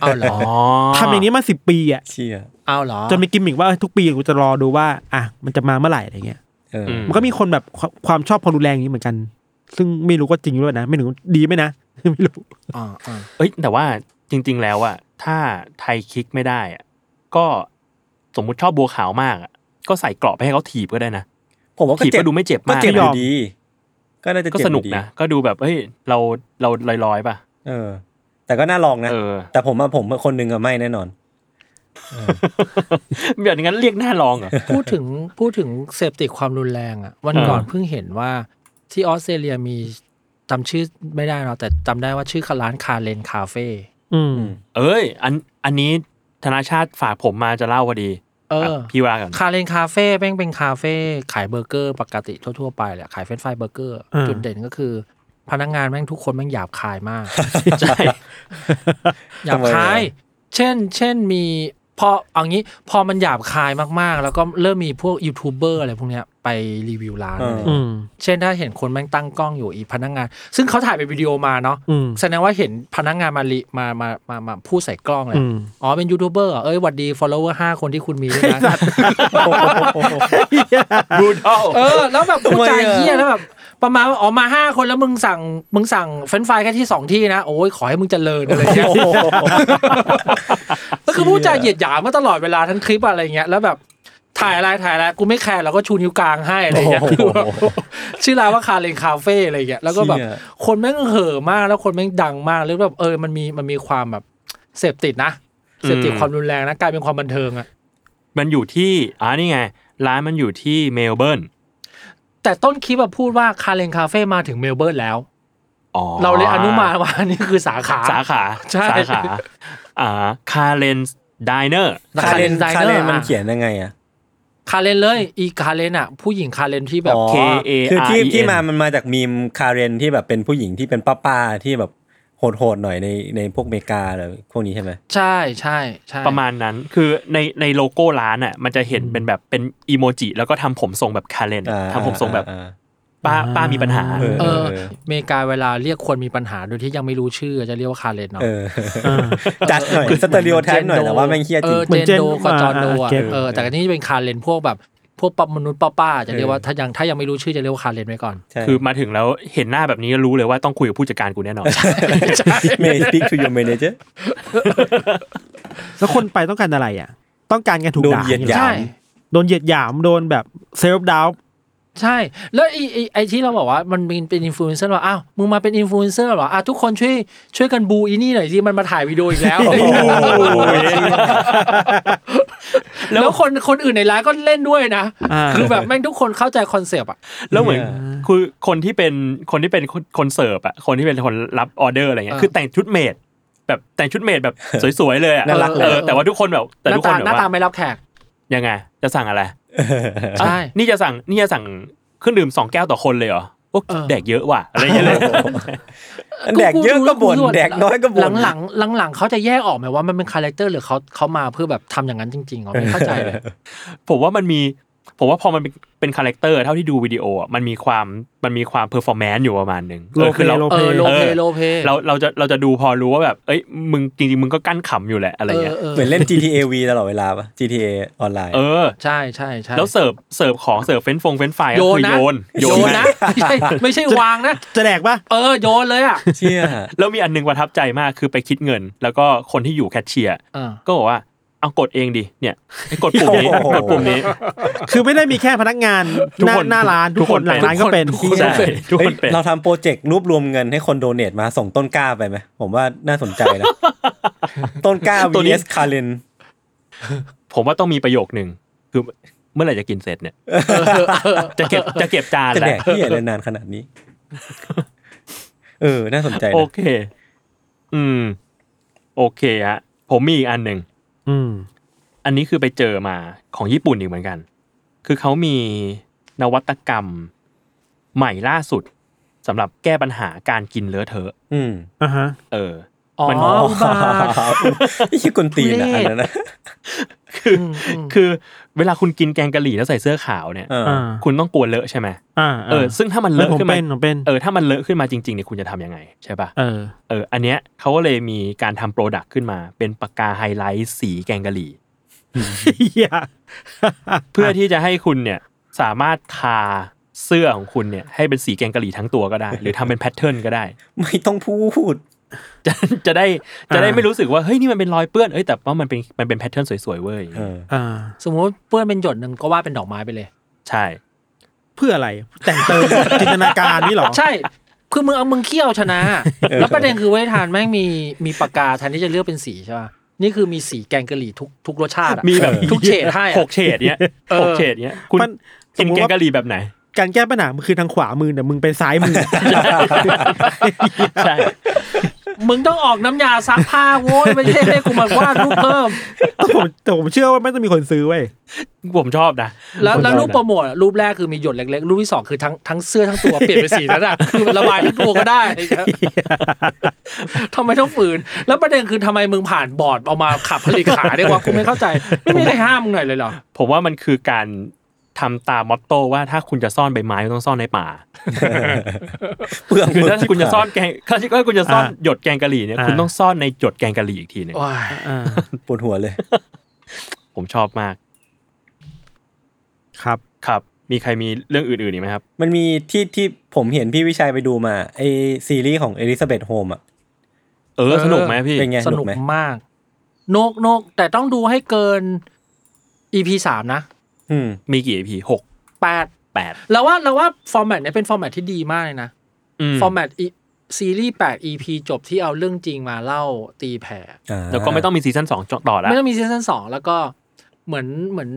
[SPEAKER 6] เอาเหรอ
[SPEAKER 4] (laughs)
[SPEAKER 5] อ๋อ
[SPEAKER 4] ทำอย่างนี้มาสิบปีอ่ะ
[SPEAKER 3] เชี่ย
[SPEAKER 6] เอาเหรอ
[SPEAKER 4] จะมีกิมมิกว่าทุกปีกูจะรอดูว่า อ่ะ มันจะมาเมื่อไหร่อะไรเงี้ย
[SPEAKER 3] เออ
[SPEAKER 5] อื
[SPEAKER 4] มันก็มีคนแบบความความชอบความรุนแรงอย่างนี้เหมือนกัน ซึ่งไม่รู้ว่าจริงหรือเปล่านะ ไม่รู้ดีไหมนะ ไม่รู้
[SPEAKER 6] อ่าอ่า
[SPEAKER 5] เอ้ยแต่ว่าจริง ๆ แล้วอะถ้าไทยคิกไม่ได้อะก็สมมุติชอบบัวขาวมากอะก็ใส่เกราะไปให้เขาถีบก็ได้นะ
[SPEAKER 3] ผมว่าก็
[SPEAKER 5] ถีบ
[SPEAKER 3] เจ็บ
[SPEAKER 5] ก็ดูไม่เจ็บ
[SPEAKER 3] ก็
[SPEAKER 5] มาก
[SPEAKER 3] เจ็บ
[SPEAKER 4] ไม่
[SPEAKER 3] อย
[SPEAKER 4] อม
[SPEAKER 3] ยู่ดี ก็น่าจะ
[SPEAKER 5] ก็
[SPEAKER 3] เจ็บ
[SPEAKER 5] สนุก
[SPEAKER 3] อยู่ดี
[SPEAKER 5] นะ ก็ดูแบบเฮ้ยเราเราลอยๆป่ะ
[SPEAKER 3] เออ แต่ก็น่าลองนะ
[SPEAKER 5] เออ
[SPEAKER 3] แต่ผมอะผมคนหนึงอะไม่แน่นอน
[SPEAKER 5] แบบนั้นเรียกหน้าลองเหรอ
[SPEAKER 6] พูดถึงพูดถึงเสพติดความรุนแรงอ่ะ วัน
[SPEAKER 5] เออ
[SPEAKER 6] ก่อนเพิ่งเห็นว่าที่ออสเตรเลียมีจำชื่อไม่ได้เนาะแต่จำได้ว่าชื่อร้านคาเลนคาเฟ่
[SPEAKER 4] อืม
[SPEAKER 5] เอ้ย อันอันนี้ธนาชาติฝากผมมาจะเล่าพอดี
[SPEAKER 6] เออ
[SPEAKER 5] ะพี่ว่ากัน
[SPEAKER 6] คาเลนคาเฟ่แม่งเป็นคาเฟ่ขายเบอร์เกอร์ปกติทั่วๆไปแหละขายเฟรนช์ฟรายเบอร์เกอร์
[SPEAKER 4] อ่า
[SPEAKER 6] จุดเด่นก็คือ พนักงานแม่งทุกคนแม่งหยาบคายมาก
[SPEAKER 5] ใช่
[SPEAKER 6] หยาบคาย เช่น เช่นมีพอเอางี้พอมันหยาบคายมากๆ แล้วก็เริ่มมีพวกยูทูบเบอร์อะไรพวกเนี้ยไปรีวิวร้าน
[SPEAKER 3] อ่า
[SPEAKER 6] อะไร
[SPEAKER 4] อื
[SPEAKER 6] เงี้ย
[SPEAKER 4] ม
[SPEAKER 6] เช่นถ้าเห็นคนแม่งตั้งกล้องอยู่อีพนักงาน ซึ่งเขาถ่ายเป็นวิดีโอมาเนาะ
[SPEAKER 4] อืม
[SPEAKER 6] แสดงว่าเห็นพนักงานมาลิมามามามาพูดใส่กล้องเลย
[SPEAKER 4] อืม
[SPEAKER 6] อ๋อเป็นยูทูบเบอร์เหรอเอ้ยหวัดดี follower ห้าคนที่คุณมีด้วยนะ
[SPEAKER 5] บูดอล
[SPEAKER 6] เออแล้วแบบกูจ่าย
[SPEAKER 3] ทำไมอะ
[SPEAKER 6] เฮียแล้วแบบประมาณว่าออกมาห้าคนแล้วมึงสั่งมึงสั่งเฟรนช์ฟรายแค่ที่สองที่นะโอ้ยขอให้มึงเจริญอะไรเงี้ยแล้วคือพูดจาเหยียดหยามมาตลอดเวลาทั้งคลิปอะไรเงี้ยแล้วแบบถ่ายอะไรถ่ายอะไรกูไม่แคร์เราก็ชูนิ้วกลางให้อะไรเงี้ย
[SPEAKER 3] โอ้โห
[SPEAKER 6] คือแบบชื่อร้านว่าคาเลนคาเฟ่อะไรเงี้ยแล้วก็แบบ
[SPEAKER 3] เชี่ย
[SPEAKER 6] คนแม่งเห่อะมากแล้วคนแม่งดังมากแล้วแบบเออมันมีมันมีความแบบเสพติดนะเสพติดความรุนแรงนะกลายเป็นความบันเทิงอะ
[SPEAKER 5] มันอยู่ที่อ่านี่ไง ร้านมันอยู่ที่เมลเบิร์น
[SPEAKER 6] แต่ต้นคลิปอะพูดว่าคาเลนคาเฟ่มาถึงเมลเบิร์นแล้ว
[SPEAKER 5] อ๋อ
[SPEAKER 6] เราเลยอนุมาน (laughs) ว่า นี่คือสาขา
[SPEAKER 5] สาขา
[SPEAKER 6] ใช่
[SPEAKER 5] สาขาอ่าคาเลนดิเนอร์
[SPEAKER 3] คาเรน
[SPEAKER 6] Designer
[SPEAKER 3] คาเรนมัน
[SPEAKER 6] อะ
[SPEAKER 3] เขียนยังไงอะ
[SPEAKER 6] คาเรนเลย อีคาเรนอ่ะ ผู้หญิงคาเรนที่แบบ
[SPEAKER 5] อ๋อ K A R E N
[SPEAKER 3] คือที่ที่มามันมาจากมีมคาเรนที่แบบเป็นผู้หญิงที่เป็นป้าป้าๆที่แบบโหดๆหน่อยในในพวกอเมริกาอะไรพวกนี้ใช่ไหม
[SPEAKER 6] ใช่ใช่ใช่
[SPEAKER 5] ประมาณนั้นคือในในโลโก้ร้านอ่ะมันจะเห็นเป็นแบบเป็นอีโมจิแล้วก็ทำผมทรงแบบคาเลน
[SPEAKER 3] อ่า
[SPEAKER 5] ทำผมทรงแบบ
[SPEAKER 3] อ่า
[SPEAKER 5] ป้าป้ามีปัญหา
[SPEAKER 3] เออ
[SPEAKER 6] เอออเมริกาเวลาเรียกคนมีปัญหาโดยที่ยังไม่รู้ชื่อจะเรียกว่าคาเรนเนาะ
[SPEAKER 3] เออจัดหน่อยสเตอริโอไทป์หน่อยแต่ว่าแม่งเฮี้ยจริง
[SPEAKER 4] เหมื
[SPEAKER 6] เจน
[SPEAKER 4] อนเจน
[SPEAKER 6] โดกับจอนโดอะ
[SPEAKER 4] อ่าเก็ต
[SPEAKER 6] เออแต่อันนี้เป็นคาเรนพวกแบบพวกมนุษย์ป้าๆจะเรียกว่าถ้ายังถ้ายังไม่รู้ชื่อจะเรียกว่าคาเรนไว้ก่อน
[SPEAKER 5] คือมาถึงแล้วเห็นหน้าแบบนี้รู้เลยว่าต้องคุยกับผู้จัดการกูแน่นอน
[SPEAKER 3] เมย์สปิกทูยูเมเนเจอร์
[SPEAKER 4] แล้วคนไปต้องการอะไรอ่ะ ต้องการการถูก
[SPEAKER 3] โดน
[SPEAKER 4] ด่า
[SPEAKER 3] เหยียดหยาม
[SPEAKER 6] ใช่
[SPEAKER 4] โดนเหยียดหยามโดนแบบเซลฟ์ดาว
[SPEAKER 6] ใช่ แล้วไอ้ไอ้ไอ้ที่เราบอกว่ามันเป็นเป็นอินฟลูเอนเซอร์ว่าอ้าวมึงมาเป็นอินฟลูเอนเซอร์เหรออ่ะทุกคนช่วยช่วยกันบูอีนี่หน่อยสิมันมาถ่ายวิดีโออีกแล้ว แล้วคนคนอื่นในร้านก็เล่นด้วยนะ คือแบบแม่งทุกคนเข้าใจคอนเซปต์อ่ะ
[SPEAKER 5] แล้วเหมือนคือคนที่เป็นคนที่เป็นคนคนเสิร์ฟอ่ะคนที่เป็นคนรับออเดอร์อะไรเงี้ย
[SPEAKER 6] อ่า
[SPEAKER 5] คือแต่งชุดเมดแบบแต่งชุดเมดแบบสวยๆเลยอ่ะ
[SPEAKER 3] น่ารักเลย
[SPEAKER 5] เออแต่ว่าทุกคนแบบแต่
[SPEAKER 6] หน้า
[SPEAKER 5] ทุกค
[SPEAKER 6] ตาน
[SPEAKER 5] แบบ
[SPEAKER 6] หน้าตา
[SPEAKER 5] ว่า
[SPEAKER 6] ไม่รับแขก
[SPEAKER 5] ยังไง จะสั่งอะไร
[SPEAKER 6] ใช่
[SPEAKER 5] อ่ะนี่จะสั่งนี่จะสั่งเครื่องดื่มสองแก้วต่อคนเลยเหรอโอ้
[SPEAKER 6] เออ
[SPEAKER 5] แดกเยอะว่ะอะไรอย่างเงี้ยเลย
[SPEAKER 3] แดกเยอะก็บ่นแดกน้อยก็บ่น
[SPEAKER 6] หลังๆหลังๆเขาจะแยกออกไหมว่ามันเป็นคาแรคเตอร์หรือเขาเขามาเพื่อแบบทำอย่างนั้นจริงๆเหรอไม่เข้าใจเลย
[SPEAKER 5] ผมว่ามันมีผมว่าพอมันเป็นเป็นคาแรคเตอร์เท่าที่ดูวิดีโออ่ะมันมีความมันมีความเพอร์ฟอร์แมนซ์อยู่ประมาณหนึ่ง
[SPEAKER 4] โล
[SPEAKER 5] เออ
[SPEAKER 4] เป
[SPEAKER 5] คือเรา
[SPEAKER 4] โล
[SPEAKER 6] เอ
[SPEAKER 4] เป
[SPEAKER 6] อโลเพ
[SPEAKER 5] เออ
[SPEAKER 6] โลเพ
[SPEAKER 5] เราเราจะเราจะดูพอรู้ว่าแบบเอ้ยมึงจริงๆมึงก็กั้นขำอยู่แหละอะไรเงี้ย
[SPEAKER 6] เออ
[SPEAKER 3] เหมือนเล่น GTA V ตลอดเวลาป่ะ GTA ออนไลน์
[SPEAKER 5] เออ
[SPEAKER 6] ใช่ใช่ใช่
[SPEAKER 5] แล้วเสิร์ฟเสิร์ฟของเสิร์ฟเฟ้นฟงเฟ้นไฟก็
[SPEAKER 6] โยน
[SPEAKER 5] คือ
[SPEAKER 6] นะ
[SPEAKER 5] โยน
[SPEAKER 6] โยนนะ
[SPEAKER 5] ให้
[SPEAKER 6] ไม่ใช่ไม่ใช่วางนะ
[SPEAKER 4] จะแดกปะ
[SPEAKER 6] เออโยนเลยอ่ะ
[SPEAKER 3] เชี่ย
[SPEAKER 5] แล้วมีอันหนึงประทับใจมากคือไปคิดเงิน แล้วก็คนที่อยู่แคชเชียร์
[SPEAKER 6] อ่า
[SPEAKER 5] ก็บอกว่าเอากดเองดิเนี่ยให้กดปุ่มนี้กดปุ่มนี้
[SPEAKER 4] คือไม่ได้มีแค่พนักงาน
[SPEAKER 5] ทุก
[SPEAKER 4] หน้า
[SPEAKER 5] คน
[SPEAKER 4] หน้าร้าน
[SPEAKER 5] ทุ
[SPEAKER 4] ทุ
[SPEAKER 5] ก
[SPEAKER 4] ก
[SPEAKER 5] ค
[SPEAKER 4] คน นหลังร้านก็เป็น
[SPEAKER 6] ทุกคน
[SPEAKER 5] ใช่ทุก
[SPEAKER 3] เฮ้
[SPEAKER 5] ค
[SPEAKER 3] ย
[SPEAKER 5] นเป็น
[SPEAKER 3] เราทำโปรเจกต์รวบรวมเงินให้คนโดเนทมาส่งต้นกล้าไปไหม ผมว่าน่าสนใจนะ ต้นกล้า vs คาเรน
[SPEAKER 5] ผมว่าต้องมีประโยคหนึ่งคือเมื่อไหร่จะกินเสร็จเนี่ย จะเก็บจะเก็บจาน
[SPEAKER 3] จะ
[SPEAKER 5] แห
[SPEAKER 3] แด
[SPEAKER 5] ละ
[SPEAKER 3] กเฮียอะไรนานขนาดนี้ เออ น่าสนใจ
[SPEAKER 5] โอ
[SPEAKER 3] นะ
[SPEAKER 5] เค อืม โอเคฮะผมมีอีกอันหนึ่ง
[SPEAKER 4] อืม
[SPEAKER 5] อันนี้คือไปเจอมาของญี่ปุ่นอีกเหมือนกัน คือเขามีนวัตกรรมใหม่ล่าสุดสำหรับแก้ปัญหาการกินเลอะเทอะ
[SPEAKER 3] อืม
[SPEAKER 4] อ่าฮะ
[SPEAKER 5] เออ
[SPEAKER 6] อ๋อ
[SPEAKER 5] มัน
[SPEAKER 6] อุบาท
[SPEAKER 3] ไม่ใช่กวนตีนอะอันนั้นนะ
[SPEAKER 5] คือ
[SPEAKER 6] อืมอืม
[SPEAKER 5] คือเวลาคุณกินแกงกะหรี่แล้วใส่เสื้อขาวเนี่ย
[SPEAKER 3] เออ
[SPEAKER 4] อ่า
[SPEAKER 5] คุณต้องกลัวเลอะใช่ไหม
[SPEAKER 4] อ่า
[SPEAKER 5] เออ ซึ่งถ้ามันเลอะ
[SPEAKER 4] ผม
[SPEAKER 5] ขึ้นมา
[SPEAKER 4] เป็นผมเป็น
[SPEAKER 5] เออถ้ามันเลอะขึ้นมาจริงๆเนี่ยคุณจะทำยังไงใช่ป่ะ
[SPEAKER 4] เออ
[SPEAKER 5] เออ อันเนี้ยเขาก็เลยมีการทำโปรดักต์ขึ้นมา เป็นปากกาไฮไลท์สีแกงกะหรี่
[SPEAKER 4] เหี้ย
[SPEAKER 5] เพื่อที่จะให้คุณเนี่ยสามารถทาเสื้อของคุณเนี่ยให้เป็นสีแกงกะหรี่ทั้งตัวก็ได้ หรือทำเป็นแพทเทิร์นก็ได้
[SPEAKER 3] ไม่ต้องพูด
[SPEAKER 5] จะจะได้จะได้ไม่รู้สึกว่า เฮ้ย นี่มันเป็นรอยเปื้อนเอ้ยแต่ว่ามันเป็นมันเป็นแพทเทิร์นสวยๆเว้ย
[SPEAKER 3] เออ
[SPEAKER 4] อ่า
[SPEAKER 6] สมมติเปื้อนเป็นหยดหนึ่งก็ว่าเป็นดอกไม้ไปเลย
[SPEAKER 5] ใช่
[SPEAKER 4] เพื่ออะไร แต่งเติมจินตนาการนี่เหรอ
[SPEAKER 6] ใช่ คือมึงเอามึงเขี้ยวช
[SPEAKER 5] (laughs)
[SPEAKER 6] นะ แล้วประเด็นคือเวยทานแม่งมีมีปากกาแทนที่จะเลือกเป็นสีใช่ป่ะ นี่คือมีสีแกงกะหรี่ทุกทุกรสชาติอะ
[SPEAKER 5] มีแบบ
[SPEAKER 6] ทุกเฉดให้อะ
[SPEAKER 5] หกเฉดเนี้ย
[SPEAKER 6] เออ
[SPEAKER 5] หกเฉดเนี้ยคุณ
[SPEAKER 4] มันส
[SPEAKER 5] กิ
[SPEAKER 4] ม
[SPEAKER 5] น
[SPEAKER 4] มุติ
[SPEAKER 5] แกง
[SPEAKER 4] ว่า
[SPEAKER 5] กะหรี่แบบไหน
[SPEAKER 4] การแก้ปัญหามันคือทางขวามือแต่มึงเป็นซ้ายมือ
[SPEAKER 5] ใช่
[SPEAKER 6] มึงต้องออกน้ำยาซักผ้าโว้ยไม่ใช่ให้กูมาวาดรูปเพิ่ม
[SPEAKER 5] (laughs)
[SPEAKER 4] ผมแต่ผมเชื่อว่าไม่ต้องมีคนซื้อเว้ย
[SPEAKER 5] ผมชอบนะ
[SPEAKER 6] แล้วแล้วรูปโปรโมทอะรูปแรกคือมีหยดเล็กๆ รูปที่สองคือทั้งทั้งเสื้อทั้งตัวเปลี่ยนเป็นสีนั้นอะคือระบายทั้งตัวก็
[SPEAKER 5] (laughs)
[SPEAKER 6] ได้อะไรอย่างเงี้ยทำไมต้องฝืน แล้วประเด็นคือทำไมมึงผ่านบอร์ดเอามาขับผลิตขายได้วะกูไม่เข้าใจ ไม่มีใครห้ามมึงหน่อยเลยเหรอ
[SPEAKER 5] ผมว่ามันคือการทำตามมอตโต้ว่าถ้าคุณจะซ่อนใบไม้ก็ต้องซ่อนในป่า
[SPEAKER 3] เปลือง
[SPEAKER 5] คือ
[SPEAKER 3] มื
[SPEAKER 5] ถ้าคุณจะซ่อนแกงถ้าคุณจะซ่อนหยดแกงกะหรี่เนี่ยคุณต้องซ่อนในหยดแกงกะหรี่อีกทีหนึง
[SPEAKER 6] ว้า
[SPEAKER 4] อ่า
[SPEAKER 3] ปวดหัวเลย
[SPEAKER 5] ผมชอบมาก
[SPEAKER 4] ครับ
[SPEAKER 5] ครับ มีใครมีเรื่องอื่นๆอีกไหมครับ
[SPEAKER 3] มันมีที่ที่ผมเห็นพี่วิชัยไปดูมาไอซีรีส์ของเอลิซาเบธโฮมอ่ะ
[SPEAKER 5] เออ สนุกไหมพี่
[SPEAKER 3] เป็นไง
[SPEAKER 6] ส
[SPEAKER 3] ส
[SPEAKER 6] นุ
[SPEAKER 3] นุ
[SPEAKER 6] ก
[SPEAKER 3] กไหม
[SPEAKER 6] มาก นกนกแต่ต้องดูให้เกิน EP สามนะ
[SPEAKER 3] อืม
[SPEAKER 5] มีกี่ EP หก
[SPEAKER 6] แปด
[SPEAKER 5] แปด
[SPEAKER 6] เราว่าเราว่าฟอร์แมตเนี้ยเป็นฟอร์แมตที่ดีมากเลยนะ
[SPEAKER 5] ม
[SPEAKER 6] ฟอร์แมตซีรีส์แปด EP จบที่เอาเรื่องจริงมาเล่าตีแผ่
[SPEAKER 3] อ่า
[SPEAKER 5] แล้วก็ไม่ต้องมีซีซั่นสองต่อแล้ว
[SPEAKER 6] ไม่ต้องมีซีซั่นสองแล้วก็เหมือนเหมือน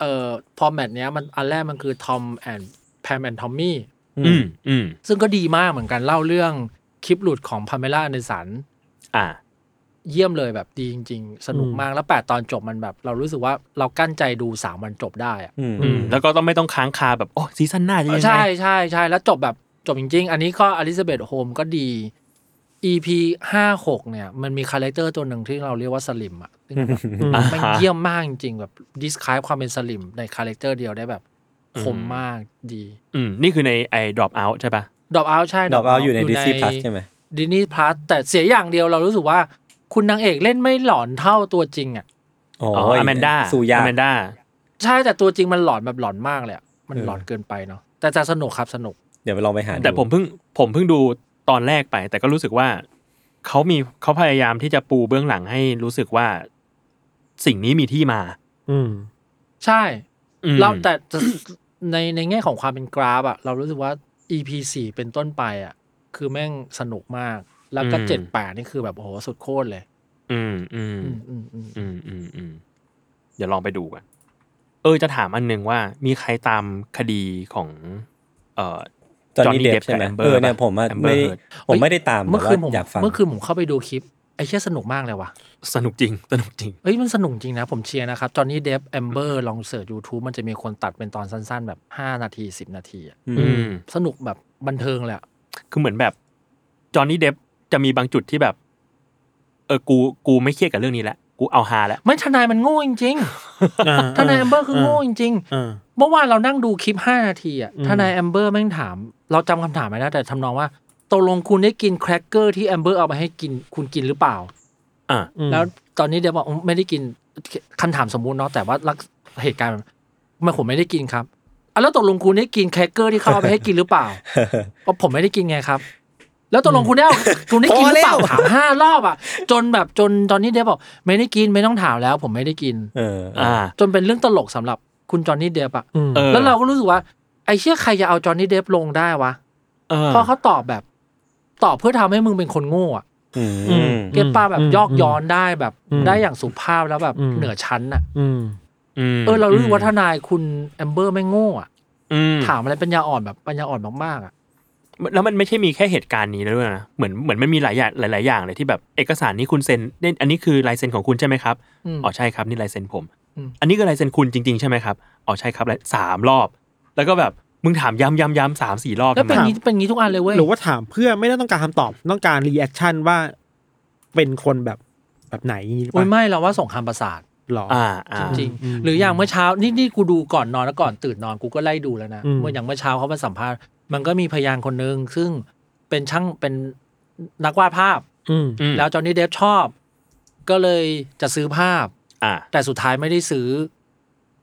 [SPEAKER 6] เอ่อฟอร์แมตเนี้ยมันอันแรกมันคือทอมแอนแพมแอนทอมมี่
[SPEAKER 5] อืมอืม
[SPEAKER 6] ซึ่งก็ดีมากเหมือนกันเล่าเรื่องคลิปหลุดของพาเมล่า a อนเดสัน
[SPEAKER 5] อ่า
[SPEAKER 6] เยี่ยมเลยแบบดีจริง ๆ สนุกมากแล้วแปดตอนจบมันแบบ เรารู้สึกว่าเรากั้นใจดูสามวันจบได้อะ
[SPEAKER 3] อืม
[SPEAKER 5] อืมแล้วก็ต้องไม่ต้องค้างคาแบบโอ้ซีซั่นหน้าจะยังไง
[SPEAKER 6] ใช่ใช่ใช่แล้วจบแบบจบจริง ๆ อันนี้ก็อลิซาเบธโฮมก็ดี EP ห้าหกเนี่ย มันมีคาแรคเตอร์ตัวหนึ่งที่เราเรียกว่าสลิม
[SPEAKER 3] (laughs)
[SPEAKER 6] อ่ะซึ่งแบบ
[SPEAKER 5] อ่า
[SPEAKER 6] มัน
[SPEAKER 5] ฮะ
[SPEAKER 6] เยี่ยมมากจริงๆแบบดิสคายความเป็นสลิมในคาแรคเตอร์เดียวได้แบบ
[SPEAKER 5] อืม
[SPEAKER 6] คมมากดี
[SPEAKER 5] อืมนี่คือในไอ้ drop out ใช่ปะ
[SPEAKER 6] ดอกเอาใช่
[SPEAKER 3] ดอกเอา
[SPEAKER 6] Dropout
[SPEAKER 3] อยู่ในดิสซี่พลัสใช่ไหม
[SPEAKER 6] ดินี่พลัสแต่เสียอย่างเดียวเรารู้สึกว่า คุณนางเอกเล่นไม่หลอนเท่าตัวจริงอ่ะ
[SPEAKER 3] โอ้
[SPEAKER 5] อ๋อยแมนด้า
[SPEAKER 3] สูยา
[SPEAKER 5] แมนด้า
[SPEAKER 6] ใช่แต่ตัวจริงมันหลอนแบบหลอนมากเลยอะมัน
[SPEAKER 3] เออ
[SPEAKER 6] หลอนเกินไปเนาะแต่จะสนุกครับสนุก
[SPEAKER 3] เดี๋ยวไปลองไปหาดู
[SPEAKER 5] แต่ผมเพิ่งผมเพิ่งดูตอนแรกไป แต่ก็รู้สึกว่าเขามีเขาพยายามที่จะปูเบื้องหลังให้รู้สึกว่า สิ่งนี้มีที่มา
[SPEAKER 4] อืม
[SPEAKER 6] ใช่
[SPEAKER 5] อืม
[SPEAKER 6] เราแต่แต่ในในแง่ของความเป็นกราฟอะเรารู้สึกว่า EP สี่เป็นต้นไปอะคือแม่งสนุกมาก แล้วก็เจ็ดแปดนี่คือแบบโอ้โหสุดโคตรเลย
[SPEAKER 5] อืมอืม
[SPEAKER 6] อืมอืมอืม
[SPEAKER 5] อืมอืมอืมเดี๋ยวลองไปดูกัน เออจะถามอันหนึ่งว่า มีใครตามคดีของ เอ่อ
[SPEAKER 3] จอห์น
[SPEAKER 5] Johnny
[SPEAKER 3] นี่เด
[SPEAKER 5] Depp
[SPEAKER 3] บใช่ไหม
[SPEAKER 5] กับ Amber
[SPEAKER 3] เออเนี่ยผมอะ
[SPEAKER 5] ป่ะ Amber
[SPEAKER 3] ไม่ได้
[SPEAKER 5] Heard
[SPEAKER 3] ผมไม่ได้ตาม
[SPEAKER 6] เมื่อคืนผม
[SPEAKER 3] แต่ว่าอยากฟัง
[SPEAKER 6] เมื่อคืนผมเข้าไปดูคลิปไอ้เชี่ยสนุกมากเลยว่ะ
[SPEAKER 5] สนุกจริง สนุกจริง
[SPEAKER 6] เอ้ยมันสนุกจริงนะ ผมเชียร์นะครับจอห์นนี่เดฟแอมเบอร์ลองเสิร์ช YouTube มันจะมีคนตัดเป็นตอนสั้นๆ แบบ 5 นาที 10 นาทีอะ
[SPEAKER 3] อืม
[SPEAKER 5] อืม
[SPEAKER 6] สนุกแบบบันเทิงแหลยอะ
[SPEAKER 5] คือเหมือนแบบจอห์นนี่เดฟจะมีบางจุดที่แบบ เออกูกูไม่เครียดกับเรื่องนี้แล้วกูเอาฮาแล้ว
[SPEAKER 6] ไม่ทนายมันโง่จริงๆทนายแอมเบอร์คือโง่จริง
[SPEAKER 4] เออ
[SPEAKER 6] ๆเมื่อวานเรานั่งดูคลิป 5 นาทีอะ
[SPEAKER 4] อืม
[SPEAKER 6] ทนายแอมเบอร์แม่งถาม เราจำคำถามไม่ได้แต่ทำนองว่าตกลงคุณได้กินแครกเกอร์ที่แอมเบอร์เอาไปให้กินคุณกินหรือเปล่า
[SPEAKER 5] อ่า
[SPEAKER 4] อืม
[SPEAKER 6] แล้วตอนนี้เดี๋ยวบอกไม่ได้กินคำถามสมมุติเนาะแต่ว่าลักเหตุการณ์มันไม่ผมไม่ได้กินครับอ่ะแล้วตกลงคุณได้กินแครกเกอร์ที่เขาเอาไปให้กินหรือเปล่าเพราะผมไม่ได้กินไงครับ แล้วตกลงคุณได้เอาคุณได้กินหรือเปล่า
[SPEAKER 3] พอแล้ว
[SPEAKER 6] ถามห้ารอบอ่ะ จนแบบจนตอนนี้เดี๋ยวบอก ไม่ได้กินไม่ต้องถามแล้ว ผมไม่ได้กิน
[SPEAKER 3] เออ
[SPEAKER 5] อ่า
[SPEAKER 6] จนเป็นเรื่องตลกสำหรับคุณจอห์นนี่เดบอะ
[SPEAKER 4] อืม
[SPEAKER 5] เออ
[SPEAKER 6] แล้วเราก็รู้สึกว่าไอ้เชี่ยใครจะเอาจอห์นนี่เดบลงได้วะ
[SPEAKER 5] เออ
[SPEAKER 6] เพราะเขาตอบแบบ ตอบเพื่อทำให้มึงเป็นคนโง่อะ
[SPEAKER 3] อืม
[SPEAKER 6] เก็ตป้าแบบยอกย้อนได้แบบ
[SPEAKER 4] อืม
[SPEAKER 6] ได้อย่างสุภาพแล้วแบบ
[SPEAKER 4] อืม
[SPEAKER 6] เหนือชั้นอ่ะ
[SPEAKER 4] อืม
[SPEAKER 5] ม
[SPEAKER 6] เออเรารู้สึกว่าทนายคุณแอมเบอร์ไม่โง่อ่ะ
[SPEAKER 5] อืม
[SPEAKER 6] ถามอะไรปัญญาอ่อนแบบปัญญาอ่อนมากๆอ่ะ
[SPEAKER 5] แล้วมันไม่ใช่มีแค่เหตุการณ์นี้นะด้วยนะเหมือนเหมือนมันมีหลายอย่างหลาย ๆ อย่างเลยที่แบบเอกสารนี้คุณเซ็นเนี่ยอันนี้คือลายเซ็นของคุณใช่ไหมครับ
[SPEAKER 6] อืม
[SPEAKER 5] อ๋อใช่ครับนี่ลายเซ็นผม
[SPEAKER 6] อืม
[SPEAKER 5] อันนี้คือลายเซ็นคุณจริง ๆ ใช่ไหมครับอ๋อใช่ครับและสามรอบ แล้วก็แบบมึงถามย้ำย้ำย้ำสามสี่รอบ
[SPEAKER 6] แล้วเป็น
[SPEAKER 5] ทำไม
[SPEAKER 6] งี้เป็นงี้ทุกอันเลยเว้ย
[SPEAKER 4] หรือว่าถามเพื่อไม่ได้ต้องการคำตอบต้องการรีแอคชั่นว่าเป็นคนแบบแบบไหนอย่างนี้หรือเป
[SPEAKER 6] โอ้ย
[SPEAKER 4] ล่า
[SPEAKER 6] ไม่เราว่าส่งคำประสาท
[SPEAKER 4] หรอ
[SPEAKER 5] อ่าอ่า
[SPEAKER 6] จริง
[SPEAKER 4] อืม
[SPEAKER 6] ๆหรืออย่างเมื่อเช้านี่นี่กูดูก่อนนอนแล้วก่อนตื่นนอนกูก็ไล่ดูแล้วนะ
[SPEAKER 4] อืม
[SPEAKER 6] เมื่ออย่างเมื่อเช้าเขามาสัมภาษณ์มันก็มีพยานคนหนึ่งซึ่งเป็นช่างเป็นนักวาดภาพ
[SPEAKER 4] อืม
[SPEAKER 5] อืม
[SPEAKER 6] แล้วจอห์นนี่เดฟชอบ ก็เลยจะซื้อภาพ
[SPEAKER 5] อ่า
[SPEAKER 6] แต่สุดท้ายไม่ได้ซื้อ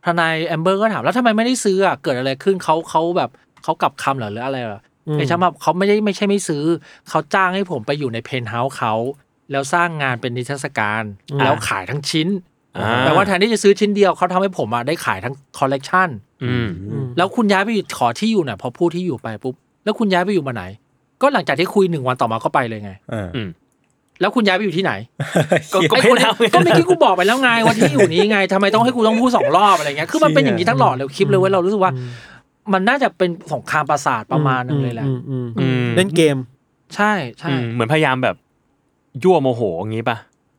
[SPEAKER 6] ทนายแอมเบอร์ก็ถามแล้วทำไมไม่ได้ซื้ออ่ะ เกิดอะไรขึ้นเขาเขาแบบเขากลับคำเหรอหรืออะไรเหรออ
[SPEAKER 4] ม
[SPEAKER 6] ไอ้ช่างภาพเขาไม่ได้ไม่ใช่ไม่ซื้อ เขาจ้างให้ผมไปอยู่ในเพนท์เฮาส์เขาแล้วสร้างงานเป็นนิทรรศการ
[SPEAKER 5] อ่า
[SPEAKER 6] แล้วขายทั้งชิ้น
[SPEAKER 5] อ่า
[SPEAKER 6] แต่ว่าแทนที่จะซื้อชิ้นเดียวเขาทำให้ผมอ่ะได้ขายทั้งคอลเลกชัน
[SPEAKER 5] อืม
[SPEAKER 6] แล้วคุณย้ายไปอยู่ขอที่อยู่หน่อยพอพูดที่อยู่ไปปุ๊บแล้วคุณย้ายไปอยู่มาไหน ก็หลังจากที่คุยหนึ่งวันต่อมาก็ไปเลยไง
[SPEAKER 3] อ่า
[SPEAKER 5] อืม
[SPEAKER 6] แล้วคุณย้ายไปอยู่ที่ไหน
[SPEAKER 5] ก็ก็
[SPEAKER 6] ไอ้คนนี้ก็เมื่อกี้กูบอกไปแล้วไงว่าที่อยู่นี้ไงทำไมต้องให้กูต้องพูดสองรอบอะไรเงี้ยคือมันเป็นอย่างนี้ทั้งหลอดเลยคลิปเลยเว้ยเรารู้สึกว่า มันน่าจะเป็นสงครามประสาทประมาณนึงเลยแหละ
[SPEAKER 4] อืมอืม
[SPEAKER 5] อืม
[SPEAKER 4] เล่นเกม
[SPEAKER 6] ใช่ใช่
[SPEAKER 5] อืมเหมือนพยายามแบบยั่วโมโหอย่างนี้ป่ะ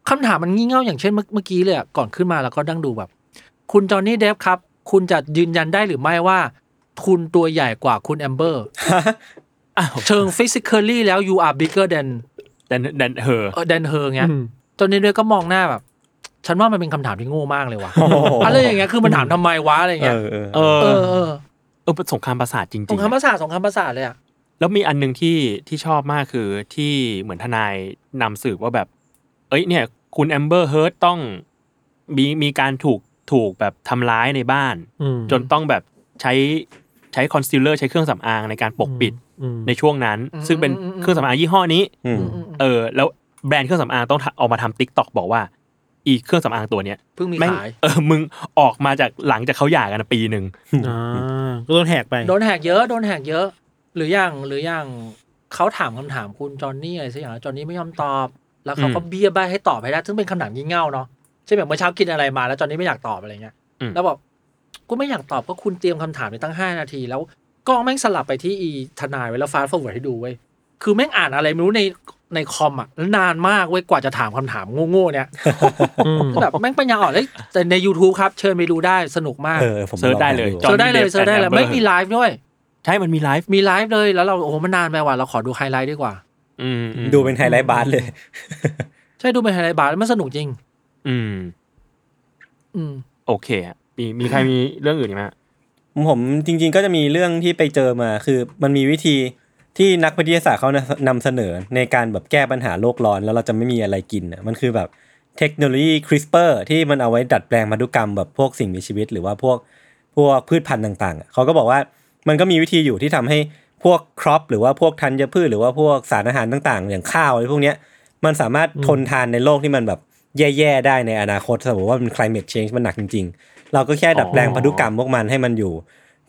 [SPEAKER 6] คำถามมันงี่เง่าอย่างเช่นเมื่อเมื่อกี้เลยอะก่อนขึ้นมาแล้วก็ดั้งดูแบบ คุณจอห์นนี่เดฟครับ คุณจะยืนยันได้หรือไม่ว่า คุณตัวใหญ่กว่าคุณแอมเบอ
[SPEAKER 5] (laughs)
[SPEAKER 6] ร์
[SPEAKER 5] อ้าว
[SPEAKER 6] เชิงฟิสิกอลี่แล้ว you are bigger than
[SPEAKER 5] ดันดันเหอ
[SPEAKER 6] เออ than her เงี้ย
[SPEAKER 4] อืม
[SPEAKER 6] จนในเรือก็มองหน้าแบบ ฉันว่ามันเป็นคำถามที่โง่มากเลย
[SPEAKER 5] (laughs)
[SPEAKER 6] ว่ะ
[SPEAKER 3] โอ้โห
[SPEAKER 6] อะไรอย่างเงี้ยคือมันถามทำไมวะอะไร
[SPEAKER 3] เอ
[SPEAKER 6] เงี้ย
[SPEAKER 3] อเออ
[SPEAKER 5] เออ
[SPEAKER 6] เออเออ
[SPEAKER 5] เออเป็นสงครามประสาทจริงๆ
[SPEAKER 6] สงครามประสาทสงครามประสาทเลยอ่ะ
[SPEAKER 5] แล้วมีอันหนึ่งที่ที่ชอบมากคือที่เหมือนทนายนำสืบว่าแบบ เอ้ยเนี่ย คุณแอมเบอร์เฮิร์ตต้องมีมีการถูกถูกแบบทำร้ายในบ้าน
[SPEAKER 4] อืม
[SPEAKER 5] จนต้องแบบใช้ใช้คอนซีลเลอร์ใช้เครื่องสำอางในการปกปิด
[SPEAKER 4] อืม
[SPEAKER 5] ในช่วงนั้น
[SPEAKER 6] อืม
[SPEAKER 5] ซึ่งเป็น
[SPEAKER 6] อืม
[SPEAKER 5] เครื่องสำอางยี่ห้อนี้
[SPEAKER 3] อืม
[SPEAKER 5] เออ แล้วแบรนด์เครื่องสำอางต้องเอามาทำติ๊กต็อกบอกว่า อีเครื่องสำอางตัวเนี้ย
[SPEAKER 6] เพิ่งมี
[SPEAKER 5] แม่ง
[SPEAKER 6] ขาย
[SPEAKER 5] เออมึงออกมาจากหลังจากเขาหย่ากันนะปีหนึ่ง
[SPEAKER 4] อ่าก็โดนแหกไป
[SPEAKER 6] โดนแหกเยอะโดนแหกเยอะ หรืออย่างหรืออย่างเขาถามคำถามคุณจอห์นนี่อะไรสักอย่างจอห์นนี่ไม่ยอมตอบ แล้วเขาก็เบี้ยใบให้ตอบให้ได้ซึ่งเป็นคำถามงี่เง่าเนาะใช่แบบเมื่อเช้ากินอะไรมาแล้วจอห์นนี่ไม่อยากตอบอะไรเงี้ยแล้วบอกกูไม่อยากตอบก็คุณเตรียมคำถามไปตั้งห้านาที แล้วกล้องแม่งสลับไปที่อีทนายไว้แล้วฟาสต์ฟอร์เวิร์ดให้ดูเว้ยคือแม่งอ่านอะไรไม่รู้ใน ในคอมอ่ะแล้วนานมากเว้ยกว่าจะถามคำถามโง่ๆเนี่ยแบบแม่งปัญญาอ่อนเลยแต่ใน YouTube ครับ เชิญไปดูได้สนุกมาก
[SPEAKER 3] เออผม
[SPEAKER 5] เซิร์ชได้เลย
[SPEAKER 6] เจอได้เลย
[SPEAKER 5] Johnny Depp
[SPEAKER 6] เจอได้เลย
[SPEAKER 5] and Amber
[SPEAKER 6] ไม่มีไลฟ์ด้วย
[SPEAKER 5] ใช่ มันมีไลฟ์
[SPEAKER 6] มีไลฟ์เลยแล้วเราโอ้โหมันนานไปว่ะเราขอดูไฮไลท์ดีกว่า
[SPEAKER 5] อืมอืม
[SPEAKER 3] ดูเป็นไฮไลท์บาร์เลย
[SPEAKER 6] ใช่ดูเป็นไฮไลท์บาร์แล้วมันสนุกจริง
[SPEAKER 5] อืม
[SPEAKER 6] อืม
[SPEAKER 5] โอเคอะมีมีใครมีเรื่องอื่นอีกไหมฮะ
[SPEAKER 3] ผมจริงๆก็จะมีเรื่องที่ไปเจอมาคือมันมีวิธีที่นักวิทยาศาสตร์เขานำเสนอในการแบบแก้ปัญหาโลกร้อน แล้วเราจะไม่มีอะไรกินน่ะมันคือแบบเทคโนโลยี CRISPR ที่มันเอาไว้ดัดแปลงพันธุกรรมแบบพวกสิ่งมีชีวิต หรือว่าพวกพวกพืชพันธุ์ต่างๆอ่ะเขาก็บอกว่ามันก็มีวิธีอยู่ที่ทำให้พวกครอปหรือว่าพวกธัญพืช หรือว่าพวกสารอาหารต่างๆ อย่างข้าวอะไรพวกเนี้ยมันสามารถทนทานในโลกที่มันแบบแย่ๆได้ในอนาคตสมมติว่ามัน climate change มันหนักจริง ๆ เราก็แค่ดัดแปลงพันธุกรรมพวกมันให้มันอยู่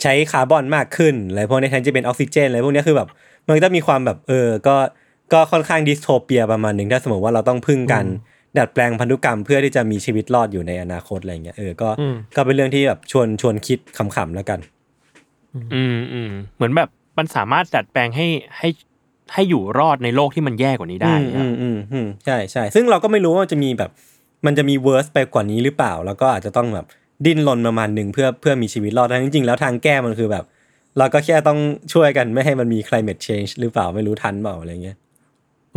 [SPEAKER 3] ใช้คาร์บอนมากขึ้นอะไรพวกนี้แทนจะเป็นออกซิเจนอะไรพวกนี้คือแบบมันก็จะมีความแบบเออก็ก็ค่อนข้างดิสโทเปียประมาณหนึ่งถ้าสมมติว่าเราต้องพึ่งกันดัดแปลงพันธุกรรมเพื่อที่จะมีชีวิตรอดอยู่ในอนาคตอะไรเงี้ยเออก็
[SPEAKER 4] อืม
[SPEAKER 3] ก็เป็นเรื่องที่แบบชวนชวนคิดขำๆแล้วกัน
[SPEAKER 5] อืมอืมเหมือนแบบมันสามารถดัดแปลงให้ให้ให้อยู่รอดในโลกที่มันแย่กว่านี้ได้
[SPEAKER 3] อื
[SPEAKER 5] เนี่ย
[SPEAKER 3] มอืมอืมใช่ใช่ซึ่งเราก็ไม่รู้ว่ามันจะมีแบบ มันจะมีเวอร์สไปกว่านี้หรือเปล่า แล้วก็อาจจะต้องแบบดิ้นรนประมาณหนึ่งเพื่อเพื่อมีชีวิตรอดแต่จริงๆแล้วทางแก้มันคือแบบ เราก็แค่ต้องช่วยกันไม่ให้มันมี climate change หรือเปล่าไม่รู้ทันเปล่าอะไรเงี้ย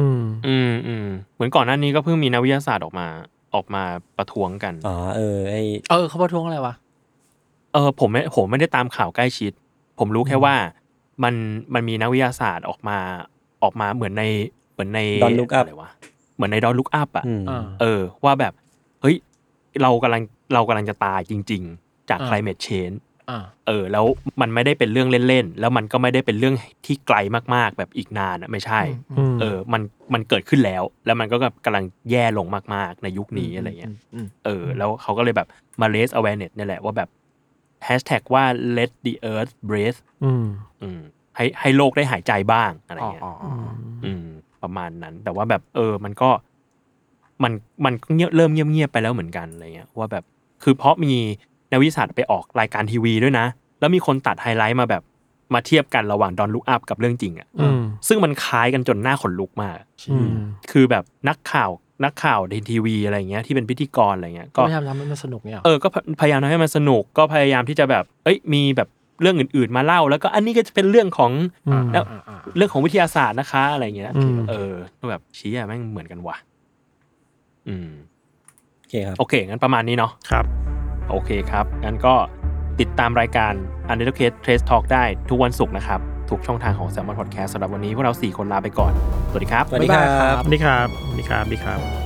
[SPEAKER 4] อืม
[SPEAKER 5] อืมอืมเหมือนก่อนหน้านี้ก็เพิ่งมีนักวิทยาศาสตร์ออกมาออกมาประท้วงกัน
[SPEAKER 3] อ๋อเออไอ
[SPEAKER 6] เออเขาประท้วงอะไรวะ
[SPEAKER 5] เออผมไม่ผมไม่ได้ตามข่าวใกล้ชิด ผมรู้แค่ว่ามันมันมีนักวิทยาศาสตร์ออกมาออกมาเหมือนในเหมือนในอะไรวะเหมือนในดอนลุกอัพอ่ะ
[SPEAKER 3] อืม
[SPEAKER 6] อ่า
[SPEAKER 5] เออ ว่าแบบเฮ้ยเรากำลังเรากำลังจะตายจริง ๆ จาก
[SPEAKER 6] อ่า
[SPEAKER 5] climate change
[SPEAKER 6] อ่า
[SPEAKER 5] เออแล้วมันไม่ได้เป็นเรื่องเล่นๆแล้วมันก็ไม่ได้เป็นเรื่องที่ไกลมากๆ แบบอีกนานอ่ะไม่ใช่
[SPEAKER 4] อืม
[SPEAKER 5] เออมันมันเกิดขึ้นแล้ว แล้วมันก็กำลังแย่ลงมากๆ ในยุคนี้อะไรเงี้ย
[SPEAKER 6] อืม
[SPEAKER 5] เออแล้วเขาก็เลยแบบมา raise awareness เนี่ยแหละว่าแบบ hashtag ว่า let the earth breathe
[SPEAKER 4] อืม
[SPEAKER 5] อืมให้ให้โลกได้หายใจบ้างอะไร
[SPEAKER 6] อ๋อ
[SPEAKER 5] เงี้ย
[SPEAKER 6] อ๋ออ๋อ
[SPEAKER 5] อืมประมาณนั้น แต่ว่าแบบเออมันก็มันมันก็เงียบเริ่มเงียบๆไปแล้วเหมือนกันอะไรเงี้ยว่าแบบคือเพราะมีนักวิทยาศาสตร์ไปออกรายการทีวีด้วยนะ แล้วมีคนตัดไฮไลท์มาแบบมาเทียบกันระหว่างดอนลุกอัพกับเรื่องจริงอะ
[SPEAKER 4] อืม
[SPEAKER 5] ซึ่งมันคล้ายกันจนหน้าขนลุกมาก
[SPEAKER 4] อืม
[SPEAKER 5] คือแบบนักข่าวนักข่าวในทีวีอะไรเงี้ยที่เป็นพิธีกรอะไรเงี้ย
[SPEAKER 6] ก็
[SPEAKER 5] ก็
[SPEAKER 6] พยายามทำให้มันสนุกเนี่ยหรอ
[SPEAKER 5] เออก็พพยายามทำให้มันสนุกก็พยายามที่จะแบบ เอ้ยมีแบบเรื่องอื่น ๆ มาเล่า แล้วก็อันนี้ก็จะเป็นเรื่องของ
[SPEAKER 4] อืม
[SPEAKER 5] แล้วเรื่องของวิทยาศาสตร์นะคะ อะไรเงี้ย
[SPEAKER 4] อืม
[SPEAKER 5] เออแบบชี้อะแม่งเหมือนกันว่ะอืม
[SPEAKER 3] โอเคครับ
[SPEAKER 5] โอเค งั้นประมาณนี้เนาะ
[SPEAKER 4] ครับ
[SPEAKER 5] โอเคครับ งั้นก็ติดตามรายการ u n d e r c a s e Trace Talk ได้ทุกวันศุกร์นะครับ ทุกช่องทางของ s ซ l m o n Podcast สำหรับวันนี้พวกเราสี่คนลาไปก่อน สวัสดีครับ
[SPEAKER 3] สวัสดีครับ
[SPEAKER 4] สวัสดีครับ สวัสดีครับ สวัสดีครับ